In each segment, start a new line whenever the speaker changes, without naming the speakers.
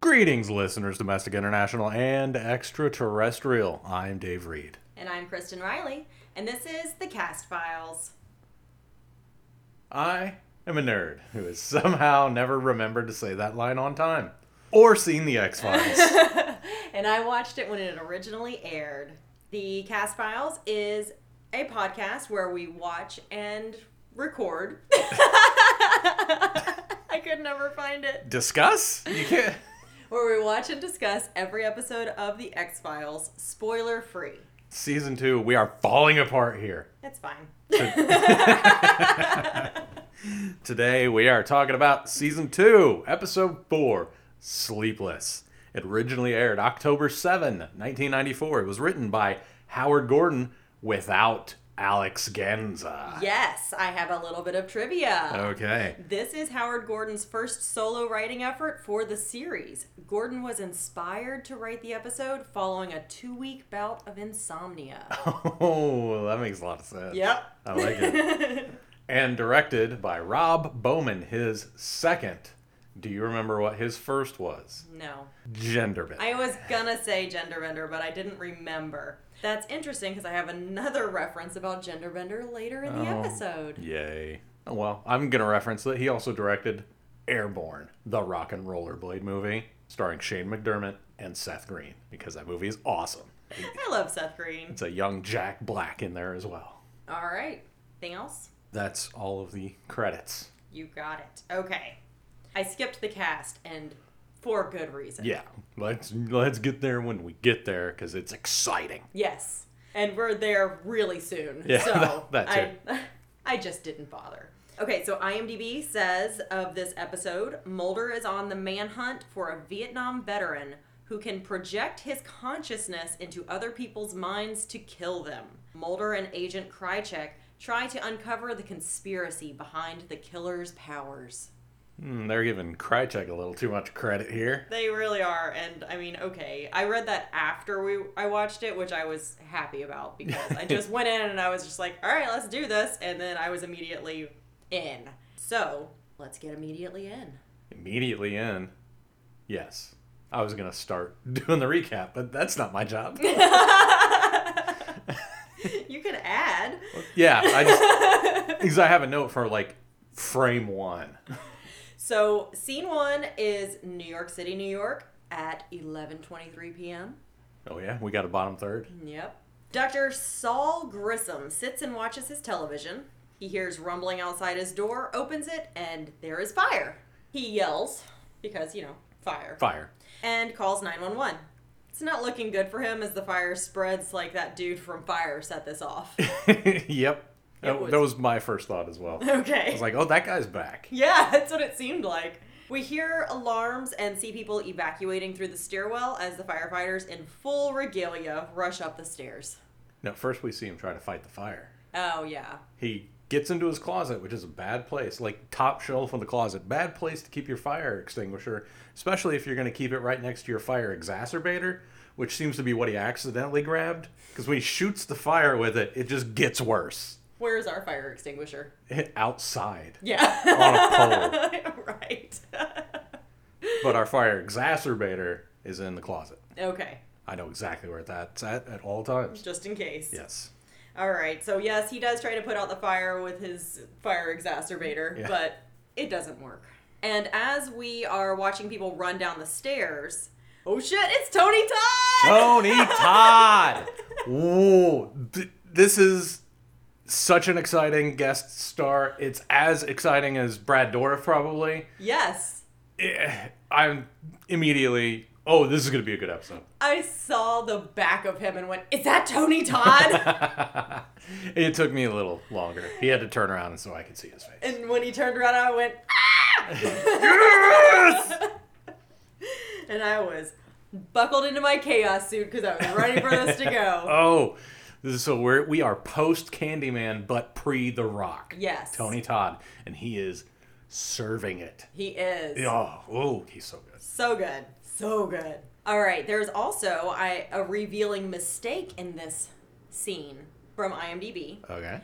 Greetings, listeners, domestic, international, and extraterrestrial. I'm Dave Reed.
And I'm Kristen Riley, and this is The Cast Files.
I am a nerd who has somehow never remembered to say that line on time or seen The X Files.
and I watched it when it originally aired. The Cast Files is a podcast where we watch and record. I could never find it.
Discuss? You can't.
Where we watch and discuss every episode of The X Files, spoiler free.
Season two, we are falling apart here.
It's fine.
Today we are talking about season two, episode four, Sleepless. It originally aired October 7, 1994. It was written by Howard Gordon without Alex Genza.
Yes, I have a little bit of trivia.
Okay.
This is Howard Gordon's first solo writing effort for the series. Gordon was inspired to write the episode following a two week bout of insomnia.
Oh, that makes a lot of sense.
Yep.
I like it. and directed by Rob Bowman, his second. Do you remember what his first was?
No.
Gender Bend.
I was gonna say gender bender, but I didn't remember. That's interesting because I have another reference about gender bender later in the
Oh.
episode.
Yay. Oh, well, I'm going to reference that he also directed Airborne, the rock and roller blade movie, starring Shane McDermott and Seth Green, because that movie is awesome.
I love Seth Green.
It's a young Jack Black in there as well.
All right. Anything else?
That's all of the credits.
You got it. Okay. I skipped the cast and for good reason.
Yeah, let's let's get there when we get there because it's exciting.
Yes. And we're there really soon.
Yeah,
so
that- that too.
I, I just didn't bother. Okay, so IMDb says of this episode Mulder is on the manhunt for a Vietnam veteran who can project his consciousness into other people's minds to kill them. Mulder and Agent Krychek try to uncover the conspiracy behind the killer's powers.
Hmm, they're giving Krychek a little too much credit here.
They really are, and I mean, okay. I read that after we I watched it, which I was happy about because I just went in and I was just like, all right, let's do this, and then I was immediately in. So let's get immediately in.
Immediately in, yes, I was gonna start doing the recap, but that's not my job.
You could add.
yeah, I just because I have a note for like frame one.
So scene one is New York City, New York, at eleven twenty three p.m.
Oh yeah, we got a bottom third.
Yep. Dr. Saul Grissom sits and watches his television. He hears rumbling outside his door, opens it, and there is fire. He yells, because, you know, fire,
Fire.
and calls 911. It's not looking good for him as the fire spreads like that dude from Fire set this off.
yep, that,
was-
that was my first thought as well. I
Okay.
was like, oh, that guy's back.
Yeah, that's what it seemed like. We hear alarms and see people evacuating through the stairwell as the firefighters in full regalia rush up the stairs.
No, first we see him try to fight the fire.
Oh, yeah.
He gets into his closet, which is a bad place, like top shelf of the closet. Bad place to keep your fire extinguisher, especially if you're going to keep it right next to your fire exacerbator, which seems to be what he accidentally grabbed. Because when he shoots the fire with it, it just gets worse
Where's our fire extinguisher?
outside
Yeah.
on a pole.
right.
But our fire exacerbator is in the closet.
okay.
I know exactly where that's at at all times.
Just in case.
Yes.
All right. So, yes, he does try to put out the fire with his fire exacerbator,
Yeah.
but it doesn't work. And as we are watching people run down the stairs, oh shit, it's Tony Todd!
Tony Todd. Ooh, th- this is such an exciting guest star. It's as exciting as Brad Dourif probably.
Yes.
Eh, I'm immediately, oh, this is going to be a good episode.
I saw the back of him and went, Is that Tony Todd?
it took me a little longer. He had to turn around so I could see his face.
and when he turned around, I went, "Ah,"
Yes!
and I was buckled into my chaos suit because I was ready for this to go.
Oh, this is so we're we are post Candyman but pre The Rock.
Yes.
Tony Todd and he is serving it.
He is.
Oh, oh, he's so good.
So good. So good. All right, there's also I, a revealing mistake in this scene from IMDb.
Okay.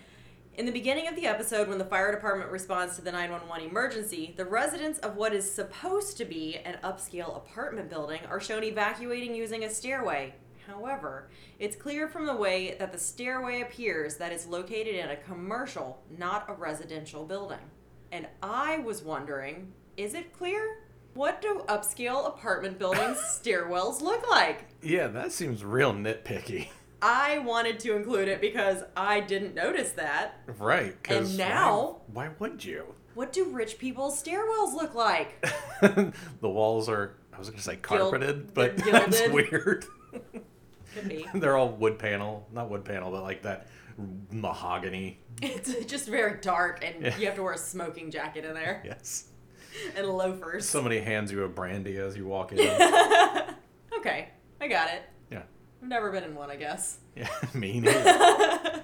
In the beginning of the episode, when the fire department responds to the 911 emergency, the residents of what is supposed to be an upscale apartment building are shown evacuating using a stairway. However, it's clear from the way that the stairway appears that it's located in a commercial, not a residential building. And I was wondering is it clear? What do upscale apartment buildings' stairwells look like?
Yeah, that seems real nitpicky.
I wanted to include it because I didn't notice that.
Right. 'cause
And now-
Why, why would you?
What do rich people's stairwells look like?
the walls are, I was going to say carpeted, but
they're
that's
gilded.
weird.
Could be.
They're all wood panel. Not wood panel, but like that mahogany.
It's just very dark, and
Yeah.
you have to wear a smoking jacket in there
Yes.
and loafers.
Somebody hands you a brandy as you walk in.
okay, I got it.
yeah.
I've never been in one, I guess.
Yeah, me neither.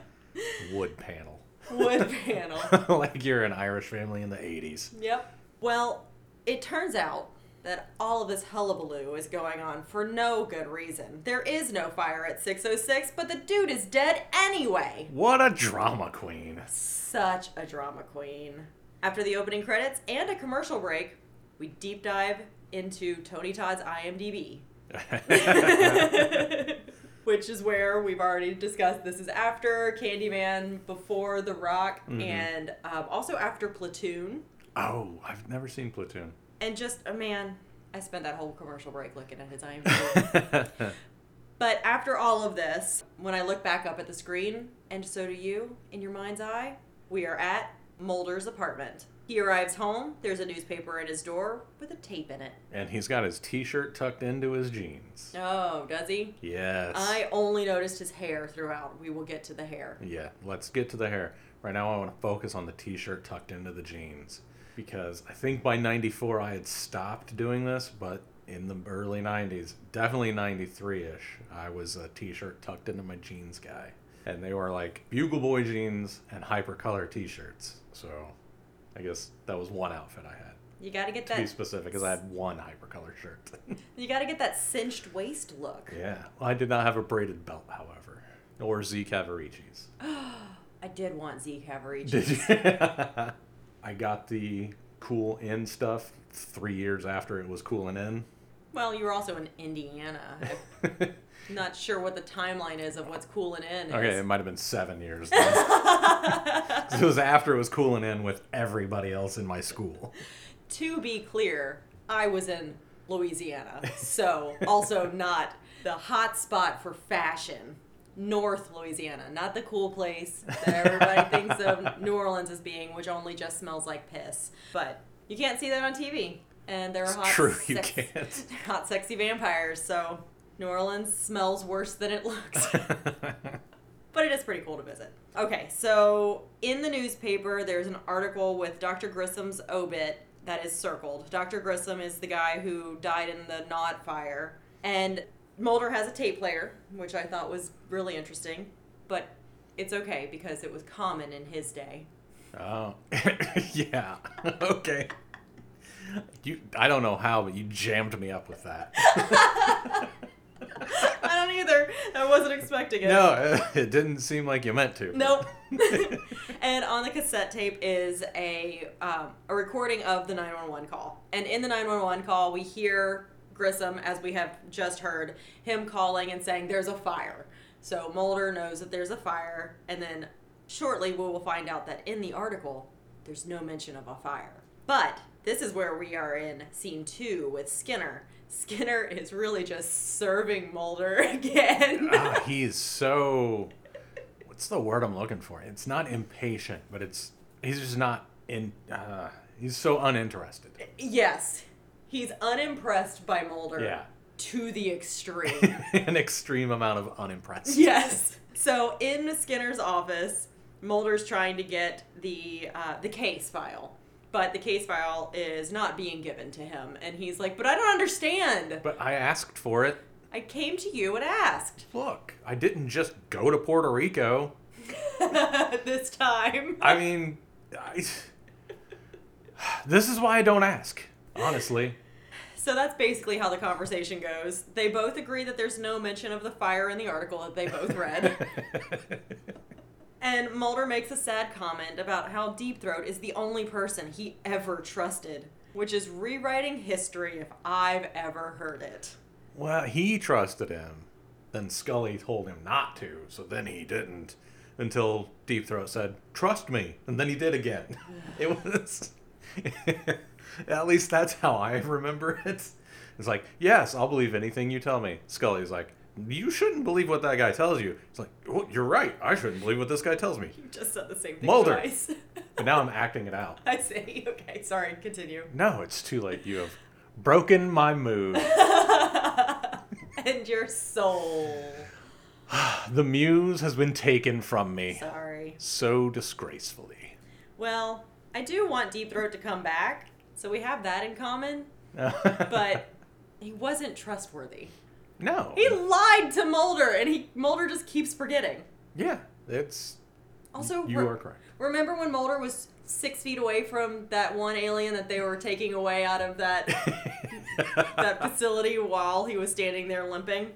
wood panel.
Wood panel.
like you're an Irish family in the 80s.
Yep. Well, it turns out that all of this hullabaloo is going on for no good reason. There is no fire at 606, but the dude is dead anyway.
What a drama queen.
Such a drama queen. After the opening credits and a commercial break, we deep dive into Tony Todd's IMDb, which is where we've already discussed this is after Candyman, before The Rock, and um, also after Platoon.
oh, I've never seen Platoon.
And just, a man, I spent that whole commercial break looking at his IMDb. But after all of this, when I look back up at the screen, and so do you, in your mind's eye, we are at Mulder's apartment. He arrives home, there's a newspaper at his door with a tape in it.
and he's got his t shirt tucked into his jeans.
Oh, does he?
Yes.
I only noticed his hair throughout. We will get to the hair.
Yeah, let's get to the hair. Right now, I want to focus on the t shirt tucked into the jeans. Because I think by 94, I had stopped doing this, but in the early 90s, definitely 93 ish, I was a t shirt tucked into my jeans guy. And they were like Bugle Boy jeans and hypercolor t shirts. So I guess that was one outfit I had.
You gotta get
To be
that.
specific, because I had one hypercolor shirt.
You gotta get that cinched waist look.
yeah. Well, I did not have a braided belt, however, or Z Cavaricci's.
I did want Zeke Haveridge.
Did you? I got the cool in stuff three years after it was cool and
Well, you were also in Indiana. I'm
in.
not sure what the timeline is of what's cool and in. Is.
okay, it might have been seven years. Then. 'Cause it was after it was cool and in with everybody else in my school.
to be clear, I was in Louisiana, so also not the hot spot for fashion. North Louisiana, not the cool place that everybody thinks of New Orleans as being, which only just smells like piss. But you can't see that on TV. And there are
It's
hot,
true, you
sex-
can't.
they're hot, sexy vampires, so New Orleans smells worse than it looks. But it is pretty cool to visit. Okay, so in the newspaper, there's an article with Dr. Grissom's obit that is circled. Dr. Grissom is the guy who died in the Nod fire. And Mulder has a tape player, which I thought was really interesting. But it's okay because it was common in his day.
oh, yeah. Okay. You, I don't know how, but you jammed me up with that.
I don't either. I wasn't expecting it.
No, it didn't seem like you meant to.
Nope. and on the cassette tape is a um, a recording of the 911 call. And in the 911 call, we hear Grissom, as we have just heard, him calling and saying, "There's a fire." So Mulder knows that there's a fire, and then shortly we will find out that in the article, there's no mention of a fire. But this is where we are in scene two with Skinner. Skinner is really just serving Mulder again.
ah, he's so what's the word i'm looking for it's not impatient but it's he's just not in uh, he's so uninterested
Yes. He's unimpressed by Mulder
yeah
to the extreme.
an extreme amount of unimpressed
yes. So in Skinner's office, Mulder's trying to get the uh, the case file, but the case file is not being given to him, and he's like, "But I don't understand.
but i asked for it
I came to you and asked
look i didn't just go to puerto rico
this time."
i mean I, this is why i don't ask honestly
So that's basically how the conversation goes. They both agree that there's no mention of the fire in the article that they both read. And Mulder makes a sad comment about how Deep Throat is the only person he ever trusted, which is rewriting history if I've ever heard it.
Well, he trusted him. Then Scully told him not to, so then he didn't. Until Deep Throat said, "Trust me," and then he did again. it was. At least that's how I remember it. It's like, yes, I'll believe anything you tell me. Scully's like, you shouldn't believe what that guy tells you. It's like, well, you're right. I shouldn't believe what this guy tells me.
You just said the same thing
Mulder.
twice.
But now I'm acting it out.
I see. Okay, sorry, continue.
No, it's too late. You have broken my mood.
and your soul.
The muse has been taken from me
Sorry.
so disgracefully.
Well, I do want Deep Throat to come back, so we have that in common, but he wasn't trustworthy.
no.
He lied to Mulder, and he Mulder just keeps forgetting.
Yeah, it's
Also,
you
re-
are correct.
remember when Mulder was six feet away from that one alien that they were taking away out of that that facility while he was standing there limping?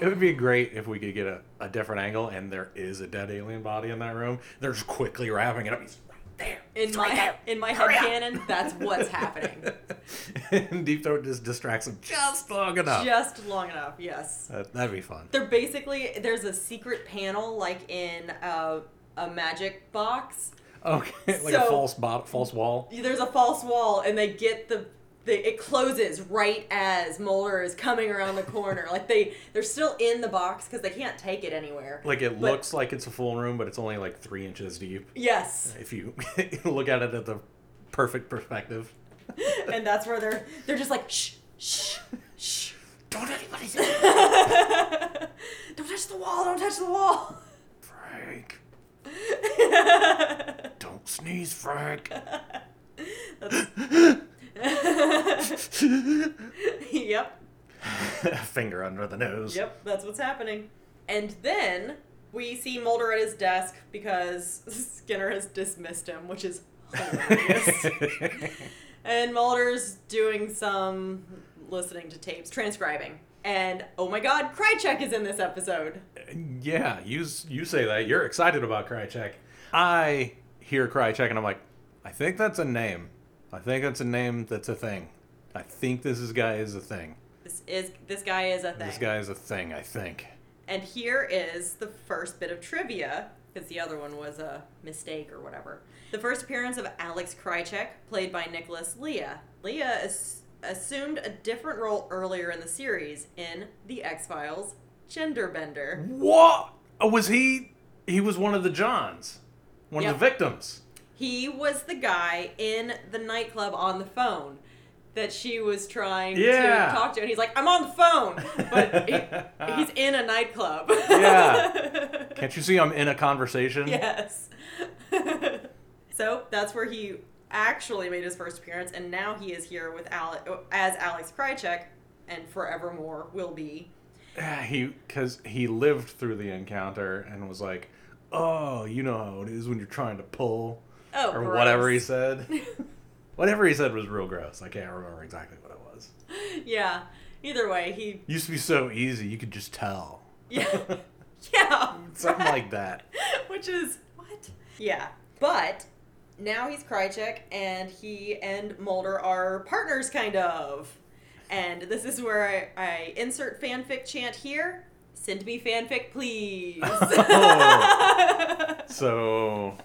It would be great if we could get a, a different angle and there is a dead alien body in that room. They're just quickly wrapping it up. He's right there.
In
He's
my
right there.
in my head
Hurry up.
canon, that's what's happening.
and Deep Throat just distracts him just long enough.
Just long enough, yes.
That, that'd be fun.
They're basically there's a secret panel like in uh, a magic box.
Okay, like a
So-
false bot, false wall.
There's a false wall, and they get the. the it closes right as Mulder is coming around the corner. Like they, they're still in the box because they can't take it anywhere.
Like it
But-
looks like it's a full room, but it's only like three inches deep.
Yes,
If you look at it at the perfect perspective.
and that's where they're they're just like shh shh shh.
Don't anybody see it.
don't touch the wall! Don't touch the wall!
Frank. Don't sneeze, Frank.
yep.
Finger under the nose.
Yep, that's what's happening. And then we see Mulder at his desk because Skinner has dismissed him, which is hilarious. and Mulder's doing some listening to tapes, transcribing. And oh my god, Krychek is in this episode.
yeah, you s- you say that. You're excited about Krychek. I hear Krychek and I'm like, I think that's a name. I think that's a name that's a thing. I think this is guy is a thing.
This is this guy is a thing.
This guy is a thing, I think.
And here is the first bit of trivia, because the other one was a mistake or whatever. The first appearance of Alex Krychek, played by Nicholas Leah. Leah as- assumed a different role earlier in the series in The X Files Genderbender.
What? Oh, was he? He was one of the Johns, one
Yep.
of the victims.
He was the guy in the nightclub on the phone that she was trying
Yeah.
to talk to, and he's like, "I'm on the phone," but he- he's in a nightclub.
Yeah. Can't you see I'm in a conversation?
Yes. so that's where he actually made his first appearance, and now he is here with Ale- as Alex Krychek, and forevermore will be.
Yeah, he because he lived through the encounter and was like, "Oh, you know how it is when you're trying to pull
Oh,
or
gross.
whatever he said." whatever he said was real gross. I can't remember exactly what it was.
Yeah. Either way, he.
Used to be so easy, you could just tell.
Yeah. yeah.
Something
right.
like that.
Which is what? Yeah. But now he's Krychek, and he and Mulder are partners, kind of. And this is where I, I insert fanfic chant here. Send me fanfic, please.
So,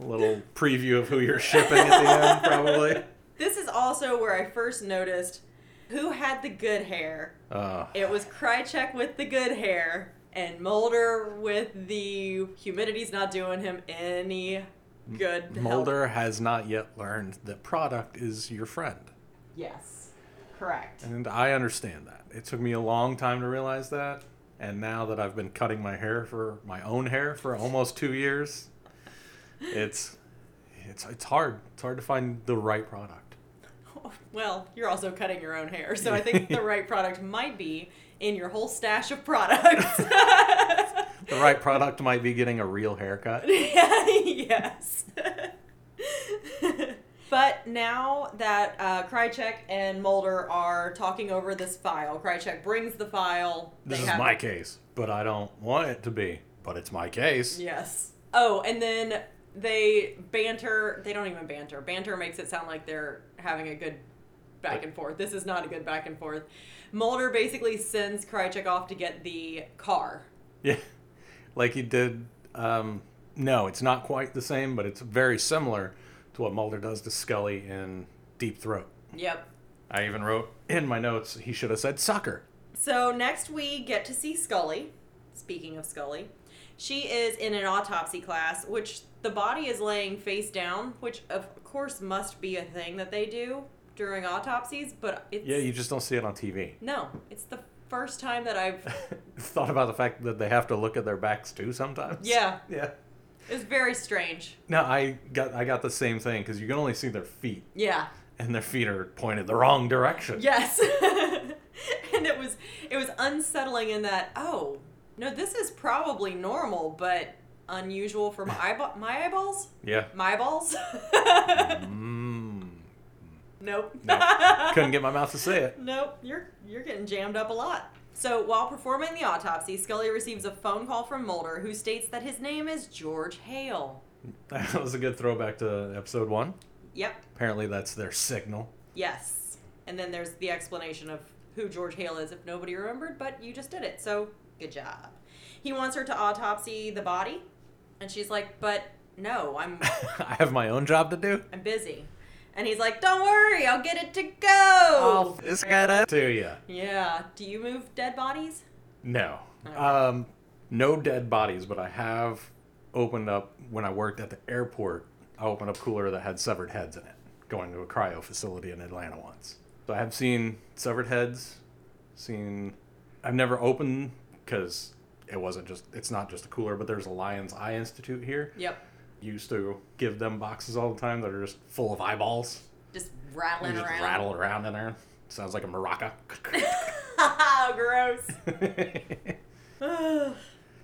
a little preview of who you're shipping at the end, probably.
This is also where I first noticed who had the good hair.
Uh,
It was Krychek with the good hair and Mulder with the humidity's not doing him any good. help.
Mulder has not yet learned that product is your friend.
Yes. Correct.
And I understand that. It took me a long time to realize that. And now that I've been cutting my hair for my own hair for almost two years, it's it's it's hard. It's hard to find the right product.
Well, you're also cutting your own hair, so I think the right product might be in your whole stash of products.
The right product might be getting a real haircut.
yes. but now that uh, Krychek and Mulder are talking over this file, Krychek brings the file.
This
They
is
have-
my case, but I don't want it to be. But it's my case.
Yes. Oh, and then they banter. They don't even banter. Banter makes it sound like they're having a good back and forth. This is not a good back and forth. Mulder basically sends Krychek off to get the car.
Yeah. Like he did. Um, no, it's not quite the same, but it's very similar to what Mulder does to Scully in Deep Throat.
Yep.
I even wrote in my notes, he should have said sucker.
So next we get to see Scully. Speaking of Scully, she is in an autopsy class, which the body is laying face down, which of course must be a thing that they do during autopsies, but it's
Yeah, you just don't see it on TV.
no, it's the first time that I've
Thought about the fact that they have to look at their backs too sometimes.
Yeah.
Yeah.
it's very strange.
No, I got I got the same thing because you can only see their feet,
Yeah.
and their feet are pointed the wrong direction.
Yes. and it was it was unsettling in that oh, no, this is probably normal, but unusual for my eyeball my eyeballs?
Yeah.
My eyeballs?
Mm.
nope.
No. Couldn't get my mouth to say it.
Nope, you're you're getting jammed up a lot. So while performing the autopsy, Scully receives a phone call from Mulder, who states that his name is George Hale.
That was a good throwback to episode one.
Yep.
Apparently, that's their signal.
Yes. And then there's the explanation of who George Hale is if nobody remembered, but you just did it. So good job. He wants her to autopsy the body, and she's like, "But no, I'm
I have my own job to do.
I'm busy." And he's like, "Don't worry, I'll get it to go."
this got up to you.
Yeah. Do you move dead bodies?
No.
Okay.
Um, no dead bodies, but I have opened up when I worked at the airport. I opened up cooler that had severed heads in it, going to a cryo facility in Atlanta once. So I have seen severed heads. Seen, I've never opened because it wasn't just. It's not just a cooler, but there's a Lion's Eye Institute here.
Yep.
Used to give them boxes all the time that are just full of eyeballs.
Just rattling
You just
around.
rattle around in there. Sounds like a maraca.
Gross.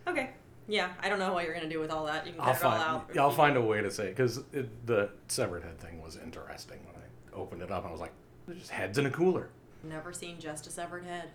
okay. Yeah, I don't know what you're gonna do with all that. You can cut
I'll
it all
find
out.
I'll find a way to say it because the severed head thing was interesting when I opened it up. I was like, "There's just heads in a cooler."
Never seen just a severed head.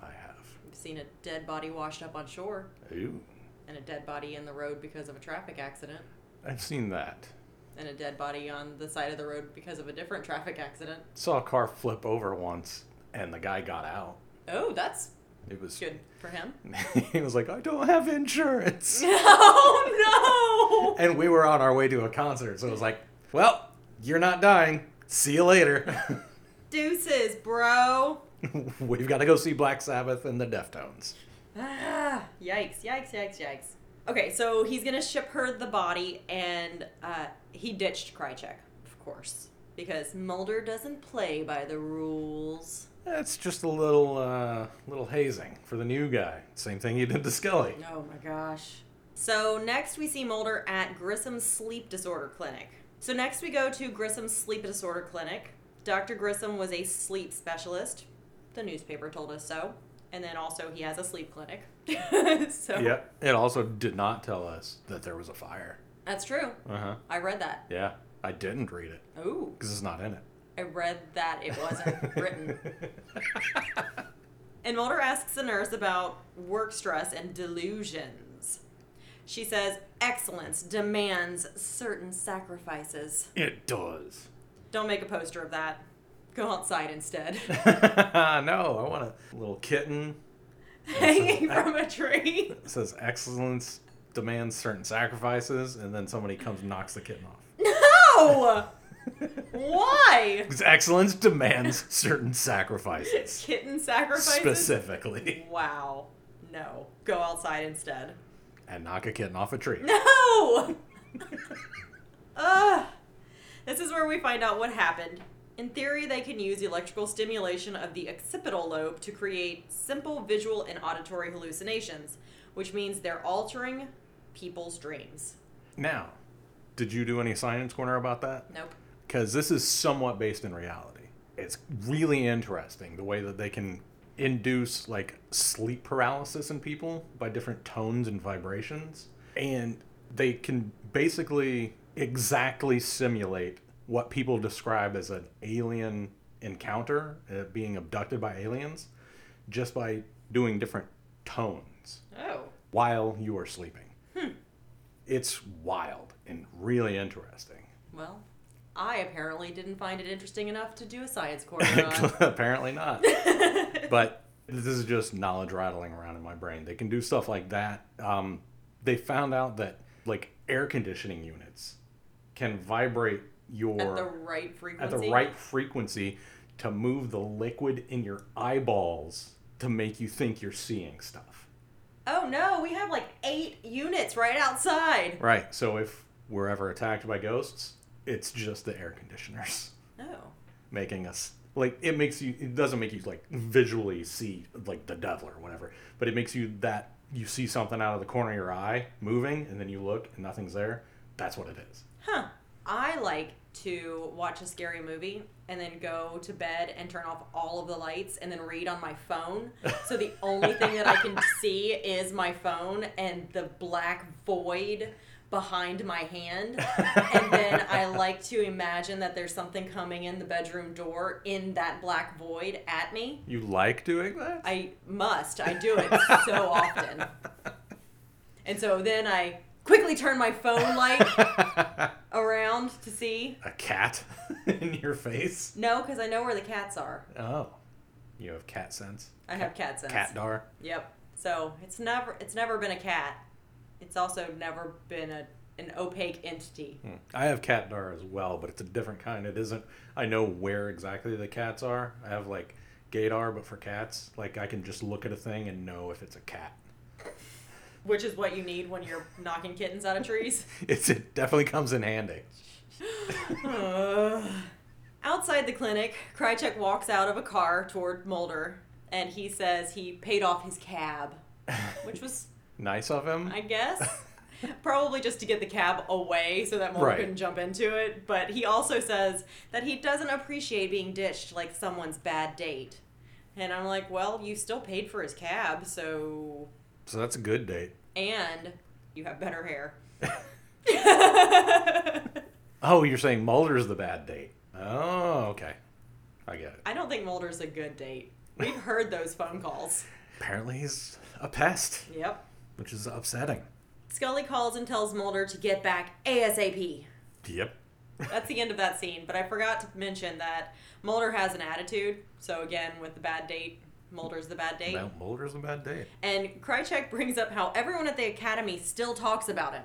I have.
I've seen a dead body washed up on shore
Ooh,
and a dead body in the road because of a traffic accident
I've seen that.
and a dead body on the side of the road because of a different traffic accident.
Saw a car flip over once, and the guy got out.
Oh, that's
It was
good for him.
he was like, "I don't have insurance,"
oh no.
and we were on our way to a concert, so it was like, "Well, you're not dying. See you later."
Deuces, bro.
We've got to go see Black Sabbath and the Deftones.
Ah, yikes, yikes, yikes, yikes. Okay, so he's gonna ship her the body, and uh, he ditched Krychek, of course, because Mulder doesn't play by the rules.
That's just a little uh, little hazing for the new guy. Same thing you did to Scully.
Oh my gosh. So next we see Mulder at Grissom's sleep disorder clinic. So next we go to Grissom's sleep disorder clinic. Dr. Grissom was a sleep specialist. The newspaper told us so. And then also he has a sleep clinic. so
Yep. It also did not tell us that there was a fire.
that's true.
Uh huh.
I read that.
Yeah. I didn't read it
Ooh.
because it's not in it.
I read that it wasn't written. And Mulder asks the nurse about work stress and delusions. She says, excellence demands certain sacrifices.
it does.
Don't make a poster of that. Go outside instead.
no, I want a little kitten.
Hanging from a tree.
It says excellence demands certain sacrifices, and then somebody comes and knocks the kitten off.
No! Why?
'Cause excellence demands certain sacrifices.
Kitten sacrifices?
Specifically.
Wow. No. Go outside instead.
And knock a kitten off a tree.
No! Ugh. This is where we find out what happened. In theory, they can use electrical stimulation of the occipital lobe to create simple visual and auditory hallucinations, which means they're altering people's dreams.
Now, did you do any science corner about that?
Nope.
Because this is somewhat based in reality. It's really interesting the way that they can induce like sleep paralysis in people by different tones and vibrations. And they can basically exactly simulate what people describe as an alien encounter, uh, being abducted by aliens, just by doing different tones
Oh.
Hmm. while you are sleeping. it's wild and really interesting.
Well, I apparently didn't find it interesting enough to do a science corner
Uh-huh.
on.
Apparently not. but this is just knowledge rattling around in my brain. They can do stuff like that. Um, they found out that like air conditioning units can vibrate your
at the right
at
frequency.
the right frequency to move the liquid in your eyeballs to make you think you're seeing stuff.
Oh no, we have like eight units right outside.
Right. So if we're ever attacked by ghosts, it's just the air conditioners
Oh.
making us like it makes you it doesn't make you like visually see like the devil or whatever, but it makes you that you see something out of the corner of your eye moving and then you look and nothing's there. That's what it is.
Huh. I like to watch a scary movie and then go to bed and turn off all of the lights and then read on my phone. So the only thing that I can see is my phone and the black void behind my hand. And then I like to imagine that there's something coming in the bedroom door in that black void at me.
You like doing that?
I must. I do it so often. And so then I quickly turn my phone light around to see.
A cat in your face?
No, because I know where the cats are.
Oh. You have cat sense.
I have cat sense.
Cat dar.
Yep. So it's never it's never been a cat. It's also never been a an opaque entity.
Hmm. I have cat dar as well, but it's a different kind. It isn't. I know where exactly the cats are. I have like gaydar, but for cats. Like I can just look at a thing and know if it's a cat.
Which is what you need when you're knocking kittens out of trees.
It's it definitely comes in handy.
Ugh. Outside the clinic, Krychek walks out of a car toward Mulder, and he says he paid off his cab, which was,
Nice of him.
I guess, probably just to get the cab away so that Mulder
Right.
couldn't jump into it. But he also says that he doesn't appreciate being ditched like someone's bad date. And I'm like, well, you still paid for his cab, so.
so that's a good date.
And you have better hair.
Oh, you're saying Mulder's the bad date. Oh, okay. I get it.
I don't think Mulder's a good date. We've heard those phone calls.
Apparently he's a pest,
Yep.
which is upsetting.
Scully calls and tells Mulder to get back ASAP.
Yep.
That's the end of that scene, but I forgot to mention that Mulder has an attitude. So, again, with the bad date, Mulder's the bad date.
Now Mulder's the bad date.
And Krychek brings up how everyone at the academy still talks about him.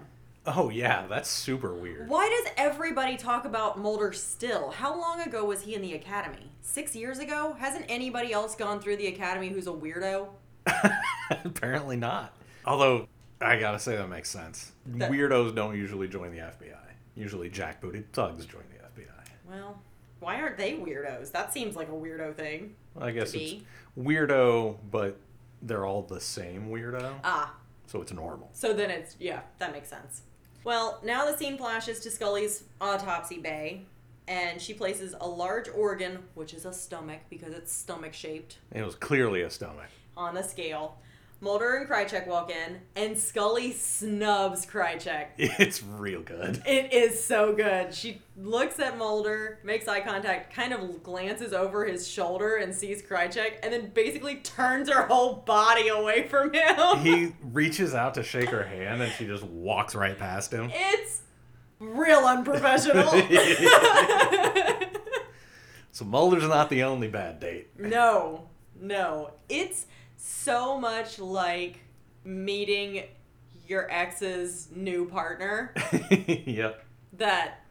Oh yeah, that's super weird.
Why does everybody talk about Mulder still? How long ago was he in the academy? Six years ago? Hasn't anybody else gone through the academy who's a weirdo?
Apparently not. Although I gotta say that makes sense.
That-
Weirdos don't usually join the FBI. Usually jackbooted thugs join the FBI.
Well, why aren't they weirdos? That seems like a weirdo thing.
Well, I guess
To
it's
be.
weirdo, but they're all the same weirdo,
Ah,
so it's normal.
So then it's yeah, that makes sense. Well, now the scene flashes to Scully's autopsy bay, and she places a large organ, which is a stomach because it's stomach shaped,
It was clearly a stomach.
on the scale. Mulder and Krychek walk in, and Scully snubs Krychek.
It's real good.
It is so good. She looks at Mulder, makes eye contact, kind of glances over his shoulder and sees Krychek, and then basically turns her whole body away from him.
He reaches out to shake her hand, and she just walks right past him.
It's real unprofessional.
So Mulder's not the only bad date.
no, no. It's so much like meeting your ex's new partner
yep.
that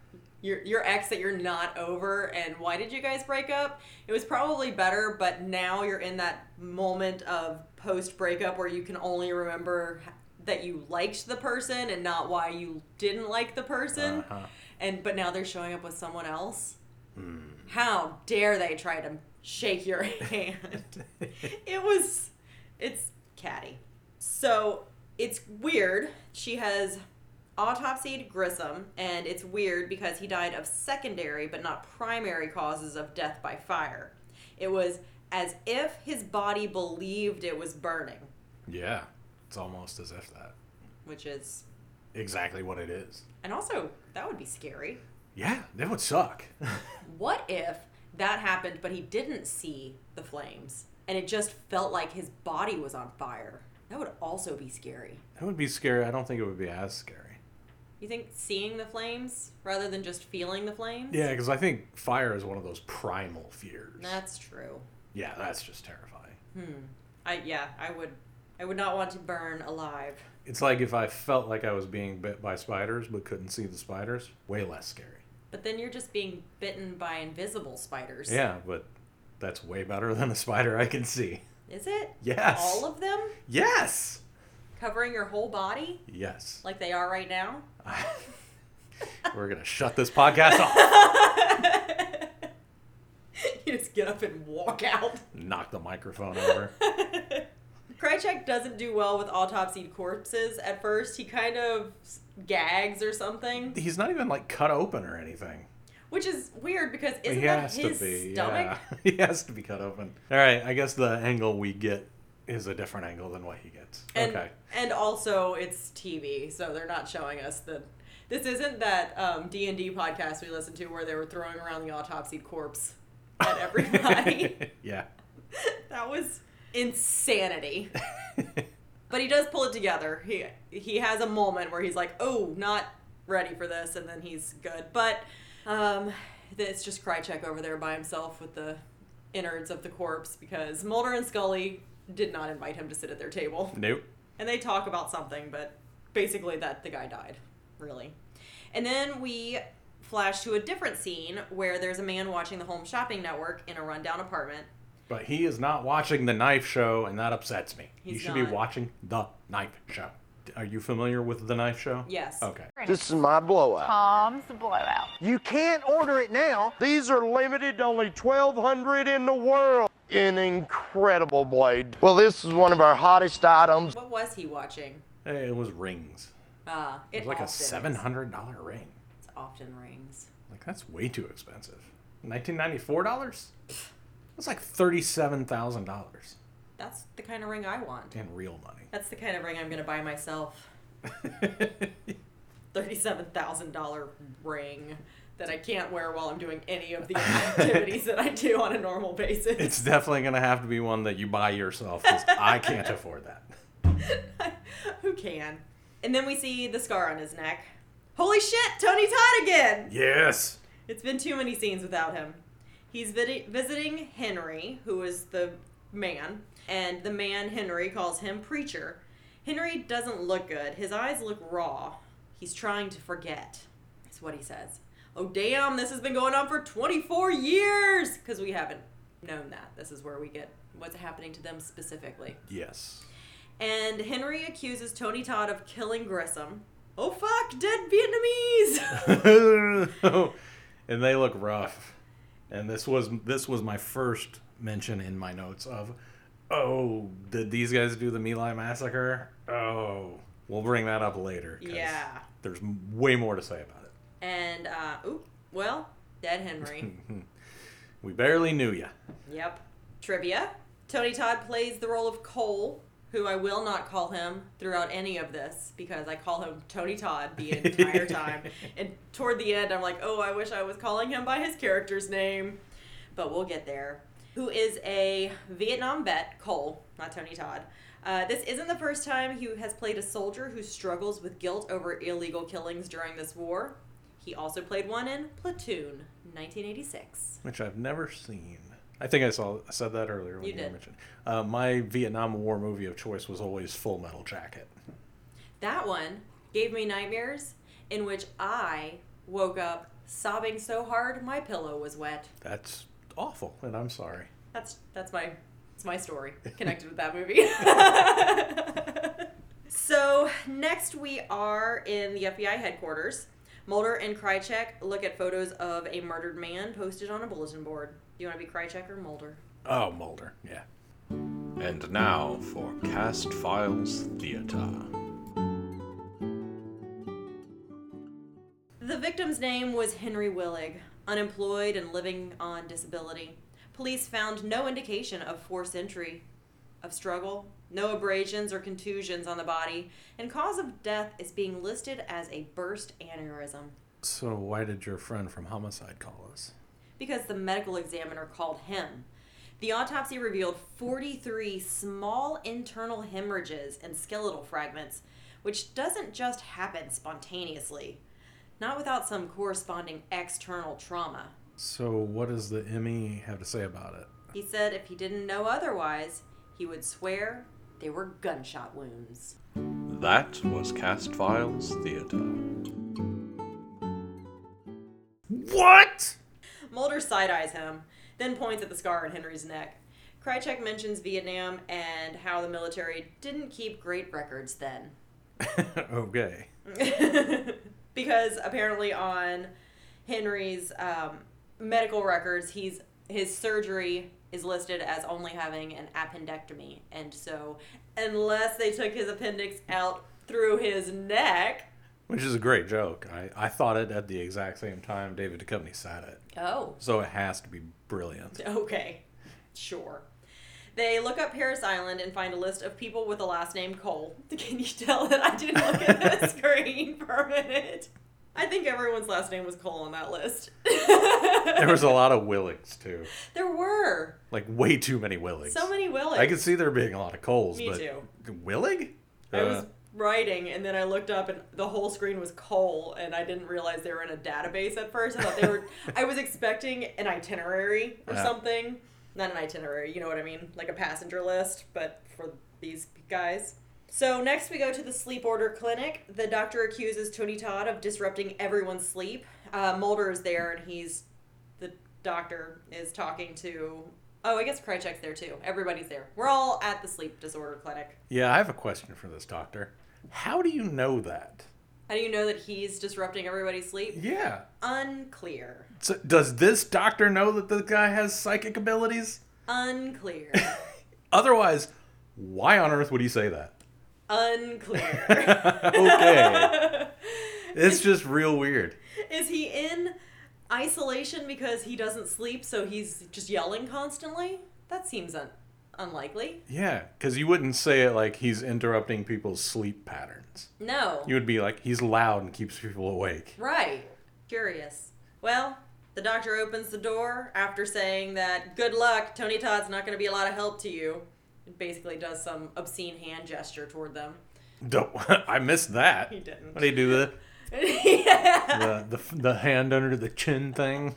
your your ex that you're not over and why did you guys break up? It was probably better, but now you're in that moment of post breakup where you can only remember that you liked the person and not why you didn't like the person.
Uh-huh.
and but now they're showing up with someone else. How dare they try to shake your hand? it was, it's catty. So it's weird. She has autopsied Grissom, and it's weird because he died of secondary but not primary causes of death by fire. It was as if his body believed it was burning,
yeah. It's almost as if that.
which is,
Exactly what it is.
and also that would be scary.
Yeah, that would suck.
What if that happened, but he didn't see the flames and it just felt like his body was on fire? That would also be scary.
That would be scary. I don't think it would be as scary.
You think seeing the flames rather than just feeling the flames?
Yeah, because I think fire is one of those primal fears.
That's true.
Yeah, that's just terrifying.
I yeah, I would I would not want to burn alive.
It's like if I felt like I was being bit by spiders but couldn't see the spiders, way less scary.
But then you're just being bitten by invisible spiders.
Yeah, but that's way better than a spider I can see.
Is it?
Yes.
All of them
Yes.
covering your whole body
Yes.
like they are right now?
We're going to shut this podcast off. Oh.
you just get up and walk out.
Knock the microphone over.
Krychek doesn't do well with autopsied corpses at first. He kind of gags or something,
He's not even like cut open or anything.
which is weird because isn't
he
that
has
his
to be.
stomach?
Yeah. He has to be cut open. All right, I guess the angle we get is a different angle than what he gets.
And,
okay.
and also it's TV, so they're not showing us the. This isn't that um, D and D podcast we listened to where they were throwing around the autopsied corpse at everybody.
yeah.
that was insanity. But he does pull it together. He he has a moment where he's like, "Oh, not ready for this," and then he's good. But um, it's just Krychek over there by himself with the innards of the corpse because Mulder and Scully did not invite him to sit at their table,
nope.
and they talk about something, but basically that the guy died, really. And then we flash to a different scene where there's a man watching the Home Shopping Network in a rundown apartment.
But he is not watching the knife show, and that upsets me. he
He's
should be
not.
watching the knife show. Are you familiar with the knife show?
Yes.
Okay.
This is my blowout.
Tom's blowout.
You can't order it now. These are limited to only 1,200 in the world. An incredible blade. Well, this is one of our hottest items.
What was he watching?
Hey, it was rings.
Uh,
It was like a
often-
seven hundred dollar ring.
It's often rings.
Like that's way too expensive. Nineteen ninety four dollars. That's like thirty seven thousand dollars
That's the kind of ring I want.
in real money.
That's the kind of ring I'm going to buy myself. $37,000 ring that I can't wear while I'm doing any of the activities that I do on a normal basis.
It's definitely gonna have to be one that you buy yourself because I can't afford that.
Who can? And then we see the scar on his neck. Holy shit, Tony Todd again!
Yes.
It's been too many scenes without him. He's vid- visiting Henry, who is the man, and the man Henry calls him preacher. Henry doesn't look good. His eyes look raw. He's trying to forget. That's what he says. Oh damn, this has been going on for 24 years because we haven't known that. This is where we get what's happening to them specifically.
Yes.
And Henry accuses Tony Todd of killing Grissom. Oh fuck, dead Vietnamese.
and they look rough. And this was this was my first mention in my notes of, oh, did these guys do the My Lai massacre? Oh, we'll bring that up later. 'cause
Yeah.
there's m- way more to say about it.
And uh, ooh, well, dead Henry.
We barely knew ya.
yep. Trivia: Tony Todd plays the role of Cole, who I will not call him throughout any of this because I call him Tony Todd the entire time. And toward the end, I'm like, oh, I wish I was calling him by his character's name, but we'll get there. Who is a Vietnam vet? Cole, not Tony Todd. Uh, this isn't the first time he has played a soldier who struggles with guilt over illegal killings during this war. He also played one in Platoon, 1986.
which I've never seen. I think I saw I said that earlier when
You
you,
did.
mentioned. Uh, my Vietnam War movie of choice was always Full Metal Jacket.
That one gave me nightmares in which I woke up sobbing so hard my pillow was wet.
That's awful, and I'm sorry.
That's that's my it's my story connected with that movie. so next we are in the FBI headquarters. Mulder and Krychek look at photos of a murdered man posted on a bulletin board. Do you want to be Krychek or Mulder?
Oh, Mulder. Yeah.
And now for Cast Files Theater.
The victim's name was Henry Willig, unemployed and living on disability. Police found no indication of forced entry, of struggle, no abrasions or contusions on the body, and cause of death is being listed as a burst aneurysm.
So why did your friend from Homicide call us?
because the medical examiner called him. The autopsy revealed 43 small internal hemorrhages and skeletal fragments, which doesn't just happen spontaneously, not without some corresponding external trauma.
So, what does the Emmy have to say about it?
He said if he didn't know otherwise, he would swear they were gunshot wounds.
That was Cast Files Theater.
What?
Mulder side eyes him, then points at the scar on Henry's neck. Krychek mentions Vietnam and how the military didn't keep great records then.
okay.
because apparently on Henry's um, medical records, he's his surgery is listed as only having an appendectomy, and so unless they took his appendix out through his neck,
Which is a great joke. I, I thought it at the exact same time David Duchovny said it.
oh,
So it has to be brilliant.
Okay, sure. They look up Paris Island and find a list of people with the last name Cole. Can you tell that I didn't look at the screen for a minute? I think everyone's last name was Cole on that list.
There was a lot of Willings too.
there were
Like way too many Willings.
so many Willies.
I could see there being a lot of Coles,
Me
but
too.
Willig?
I was
Uh.
writing and then I looked up and the whole screen was Cole and I didn't realize they were in a database at first. I thought they were I was expecting an itinerary or
Yeah.
something. Not an itinerary, you know what I mean? Like a passenger list, but for these guys. So next we go to the sleep order clinic. The doctor accuses Tony Todd of disrupting everyone's sleep. Uh, Mulder is there and he's the doctor is talking to Oh, I guess Krychek's there too. Everybody's there. We're all at the sleep disorder clinic.
Yeah, I have a question for this doctor. How do you know that?
How do you know that he's disrupting everybody's sleep?
Yeah.
Unclear.
So does this doctor know that the guy has psychic abilities?
Unclear.
Otherwise, why on earth would he say that?
Unclear.
okay. It's just real weird.
Is he in isolation because he doesn't sleep, so he's just yelling constantly? That seems un- unlikely.
Yeah, because you wouldn't say it like he's interrupting people's sleep patterns.
No.
You would be like, he's loud and keeps people awake.
Right. Curious. Well, the doctor opens the door after saying that, good luck, Tony Todd's not going to be a lot of help to you. It basically does some obscene hand gesture toward them.
Don't, I missed that.
He didn't.
What do you do the,
yeah.
the, the the hand under the chin thing?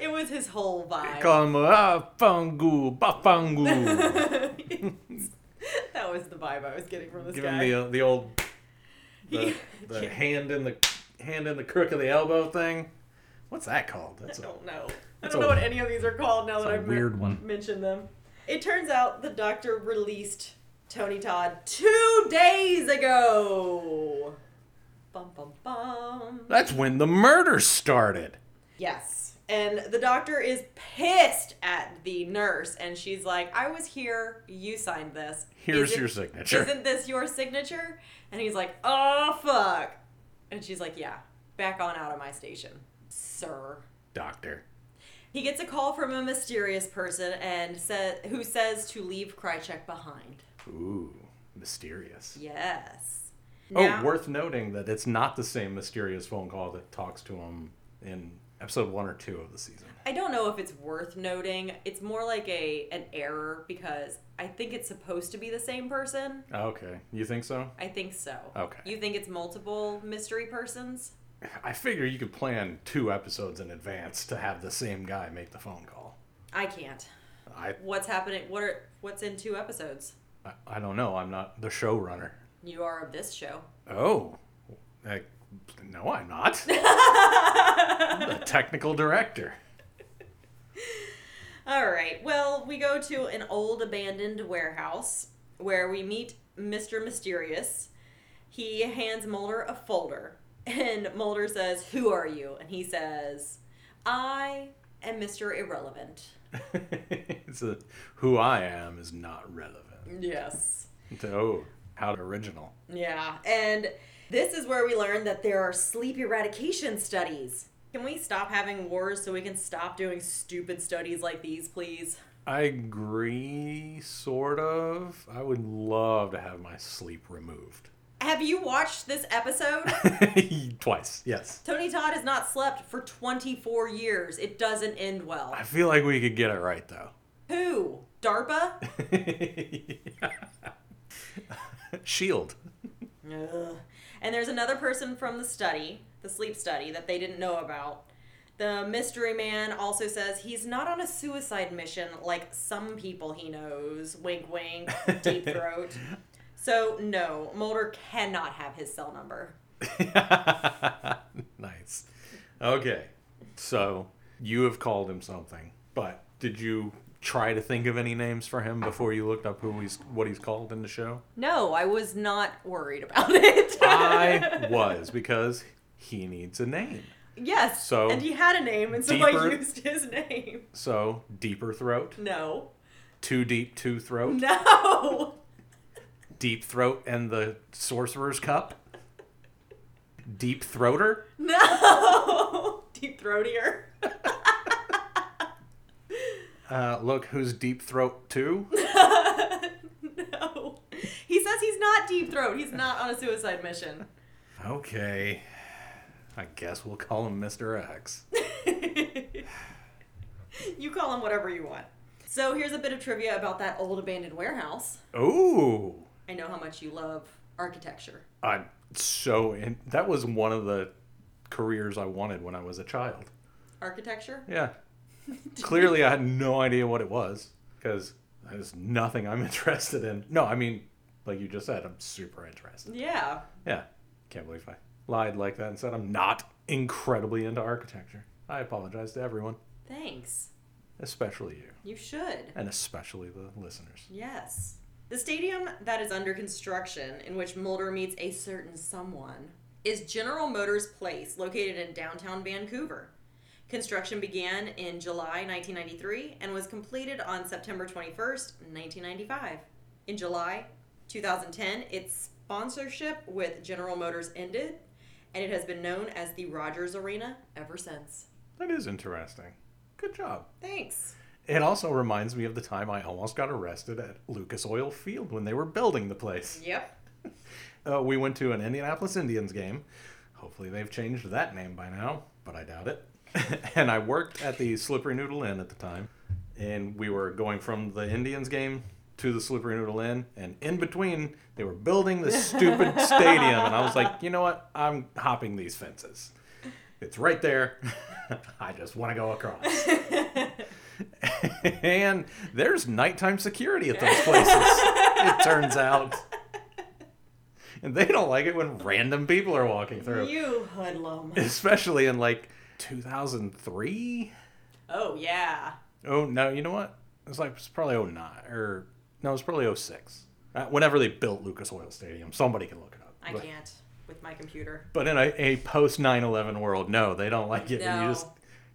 It was his whole vibe.
Call him ah fangu bafangu.
that was the vibe I was getting from this
Give him
guy.
the uh, the old the, the hand in the hand in the crook of the elbow thing. What's that called? That's
I
a,
don't know. I
It's
don't
a-
know what any of these are called now that
a
I've men-
weird one.
mentioned them. It turns out the doctor released Tony Todd two days ago. Bum bum bum.
that's when the murder started.
Yes. And the doctor is pissed at the nurse, and she's like, I was here, you signed this.
Here's
Isn't-
your signature."
Isn't this your signature? And he's like, Oh, fuck. And she's like, Yeah, back on out of my station, sir.
Doctor.
He gets a call from a mysterious person and sa- who says to leave Krychek behind.
Ooh, mysterious.
Yes.
Oh,
Now-
worth noting that it's not the same mysterious phone call that talks to him in episode one or two of the season.
I don't know if it's worth noting. It's more like a an error because I think it's supposed to be the same person,
Okay, you think so?
I think so.
Okay.
You think it's multiple mystery persons?
I figure you could plan two episodes in advance to have the same guy make the phone call.
I can't.
I
What's happening? What are what's in two episodes?
I, I don't know. I'm not the showrunner.
You are of this show.
Oh, I, no, I'm not. I'm the technical director.
All right. Well, we go to an old abandoned warehouse where we meet Mr. Mysterious. He hands Mulder a folder, and Mulder says, "Who are you?" And he says, "I am Mr. Irrelevant."
it's a, who I am is not relevant.
Yes.
Oh, how original.
Yeah, and this is where we learn that there are sleep eradication studies. Can we stop having wars so we can stop doing stupid studies like these, please?
I agree, sort of. I would love to have my sleep removed.
Have you watched this episode?
Twice, yes.
Tony Todd has not slept for 24 years. It doesn't end well.
I feel like we could get it right, though.
Who? DARPA?
Shield.
Ugh. And there's another person from the study, the sleep study, that they didn't know about. The mystery man also says he's not on a suicide mission like some people he knows. Wink, wink, deep throat. So, no, Mulder cannot have his cell number.
nice. Okay. So you have called him something, but did you try to think of any names for him before you looked up who he's what he's called in the show?
No, I was not worried about it.
I was because he needs a name.
yes.
So-
and he had a name, and so
Deeper-
I used his name.
So deeper throat,
No.
too deep, too throat,
No.
deep throat, and the sorcerer's cup. Deep throater.
No. Deep throatier.
Uh, look who's deep throat too.
No. He says he's not deep throat. He's not on a suicide mission.
Okay. I guess we'll call him Mr. X.
you call him whatever you want. So here's a bit of trivia about that old abandoned warehouse.
Ooh.
I know how much you love architecture.
I'm so in. That was one of the careers I wanted when I was a child.
Architecture?
Yeah. Clearly, I had no idea what it was because there's nothing I'm interested in. No, I mean, like you just said, I'm super interested.
Yeah.
Yeah. Can't believe I lied like that and said I'm not incredibly into architecture. I apologize to everyone,
Thanks.
especially you,
You should.
and especially the listeners.
Yes. The stadium that is under construction, in which Mulder meets a certain someone, is General Motors Place, located in downtown Vancouver. Construction began in July 1993 and was completed on September 21st, 1995. In July 2010, its sponsorship with General Motors ended, and it has been known as the Rogers Arena ever since.
That is interesting. Good job.
Thanks.
It also reminds me of the time I almost got arrested at Lucas Oil Field when they were building the place.
Yep.
Uh, we went to an Indianapolis Indians game. Hopefully, they've changed that name by now, but I doubt it. and I worked at the Slippery Noodle Inn at the time, and we were going from the Indians game to the Slippery Noodle Inn, and in between, they were building this stupid stadium, and I was like, you know what? I'm hopping these fences. It's right there. I just want to go across. and there's nighttime security at those places, it turns out. And they don't like it when random people are walking through.
You hoodlum.
Especially in like 2003?
Oh, yeah.
Oh, no, you know what? It was like, it's probably 09, or no, it's probably 06. Uh, whenever they built Lucas Oil Stadium, somebody can look it up.
I
But-
can't with my computer.
But in a, a post 9 11 world, no, they don't like it when you
No.
just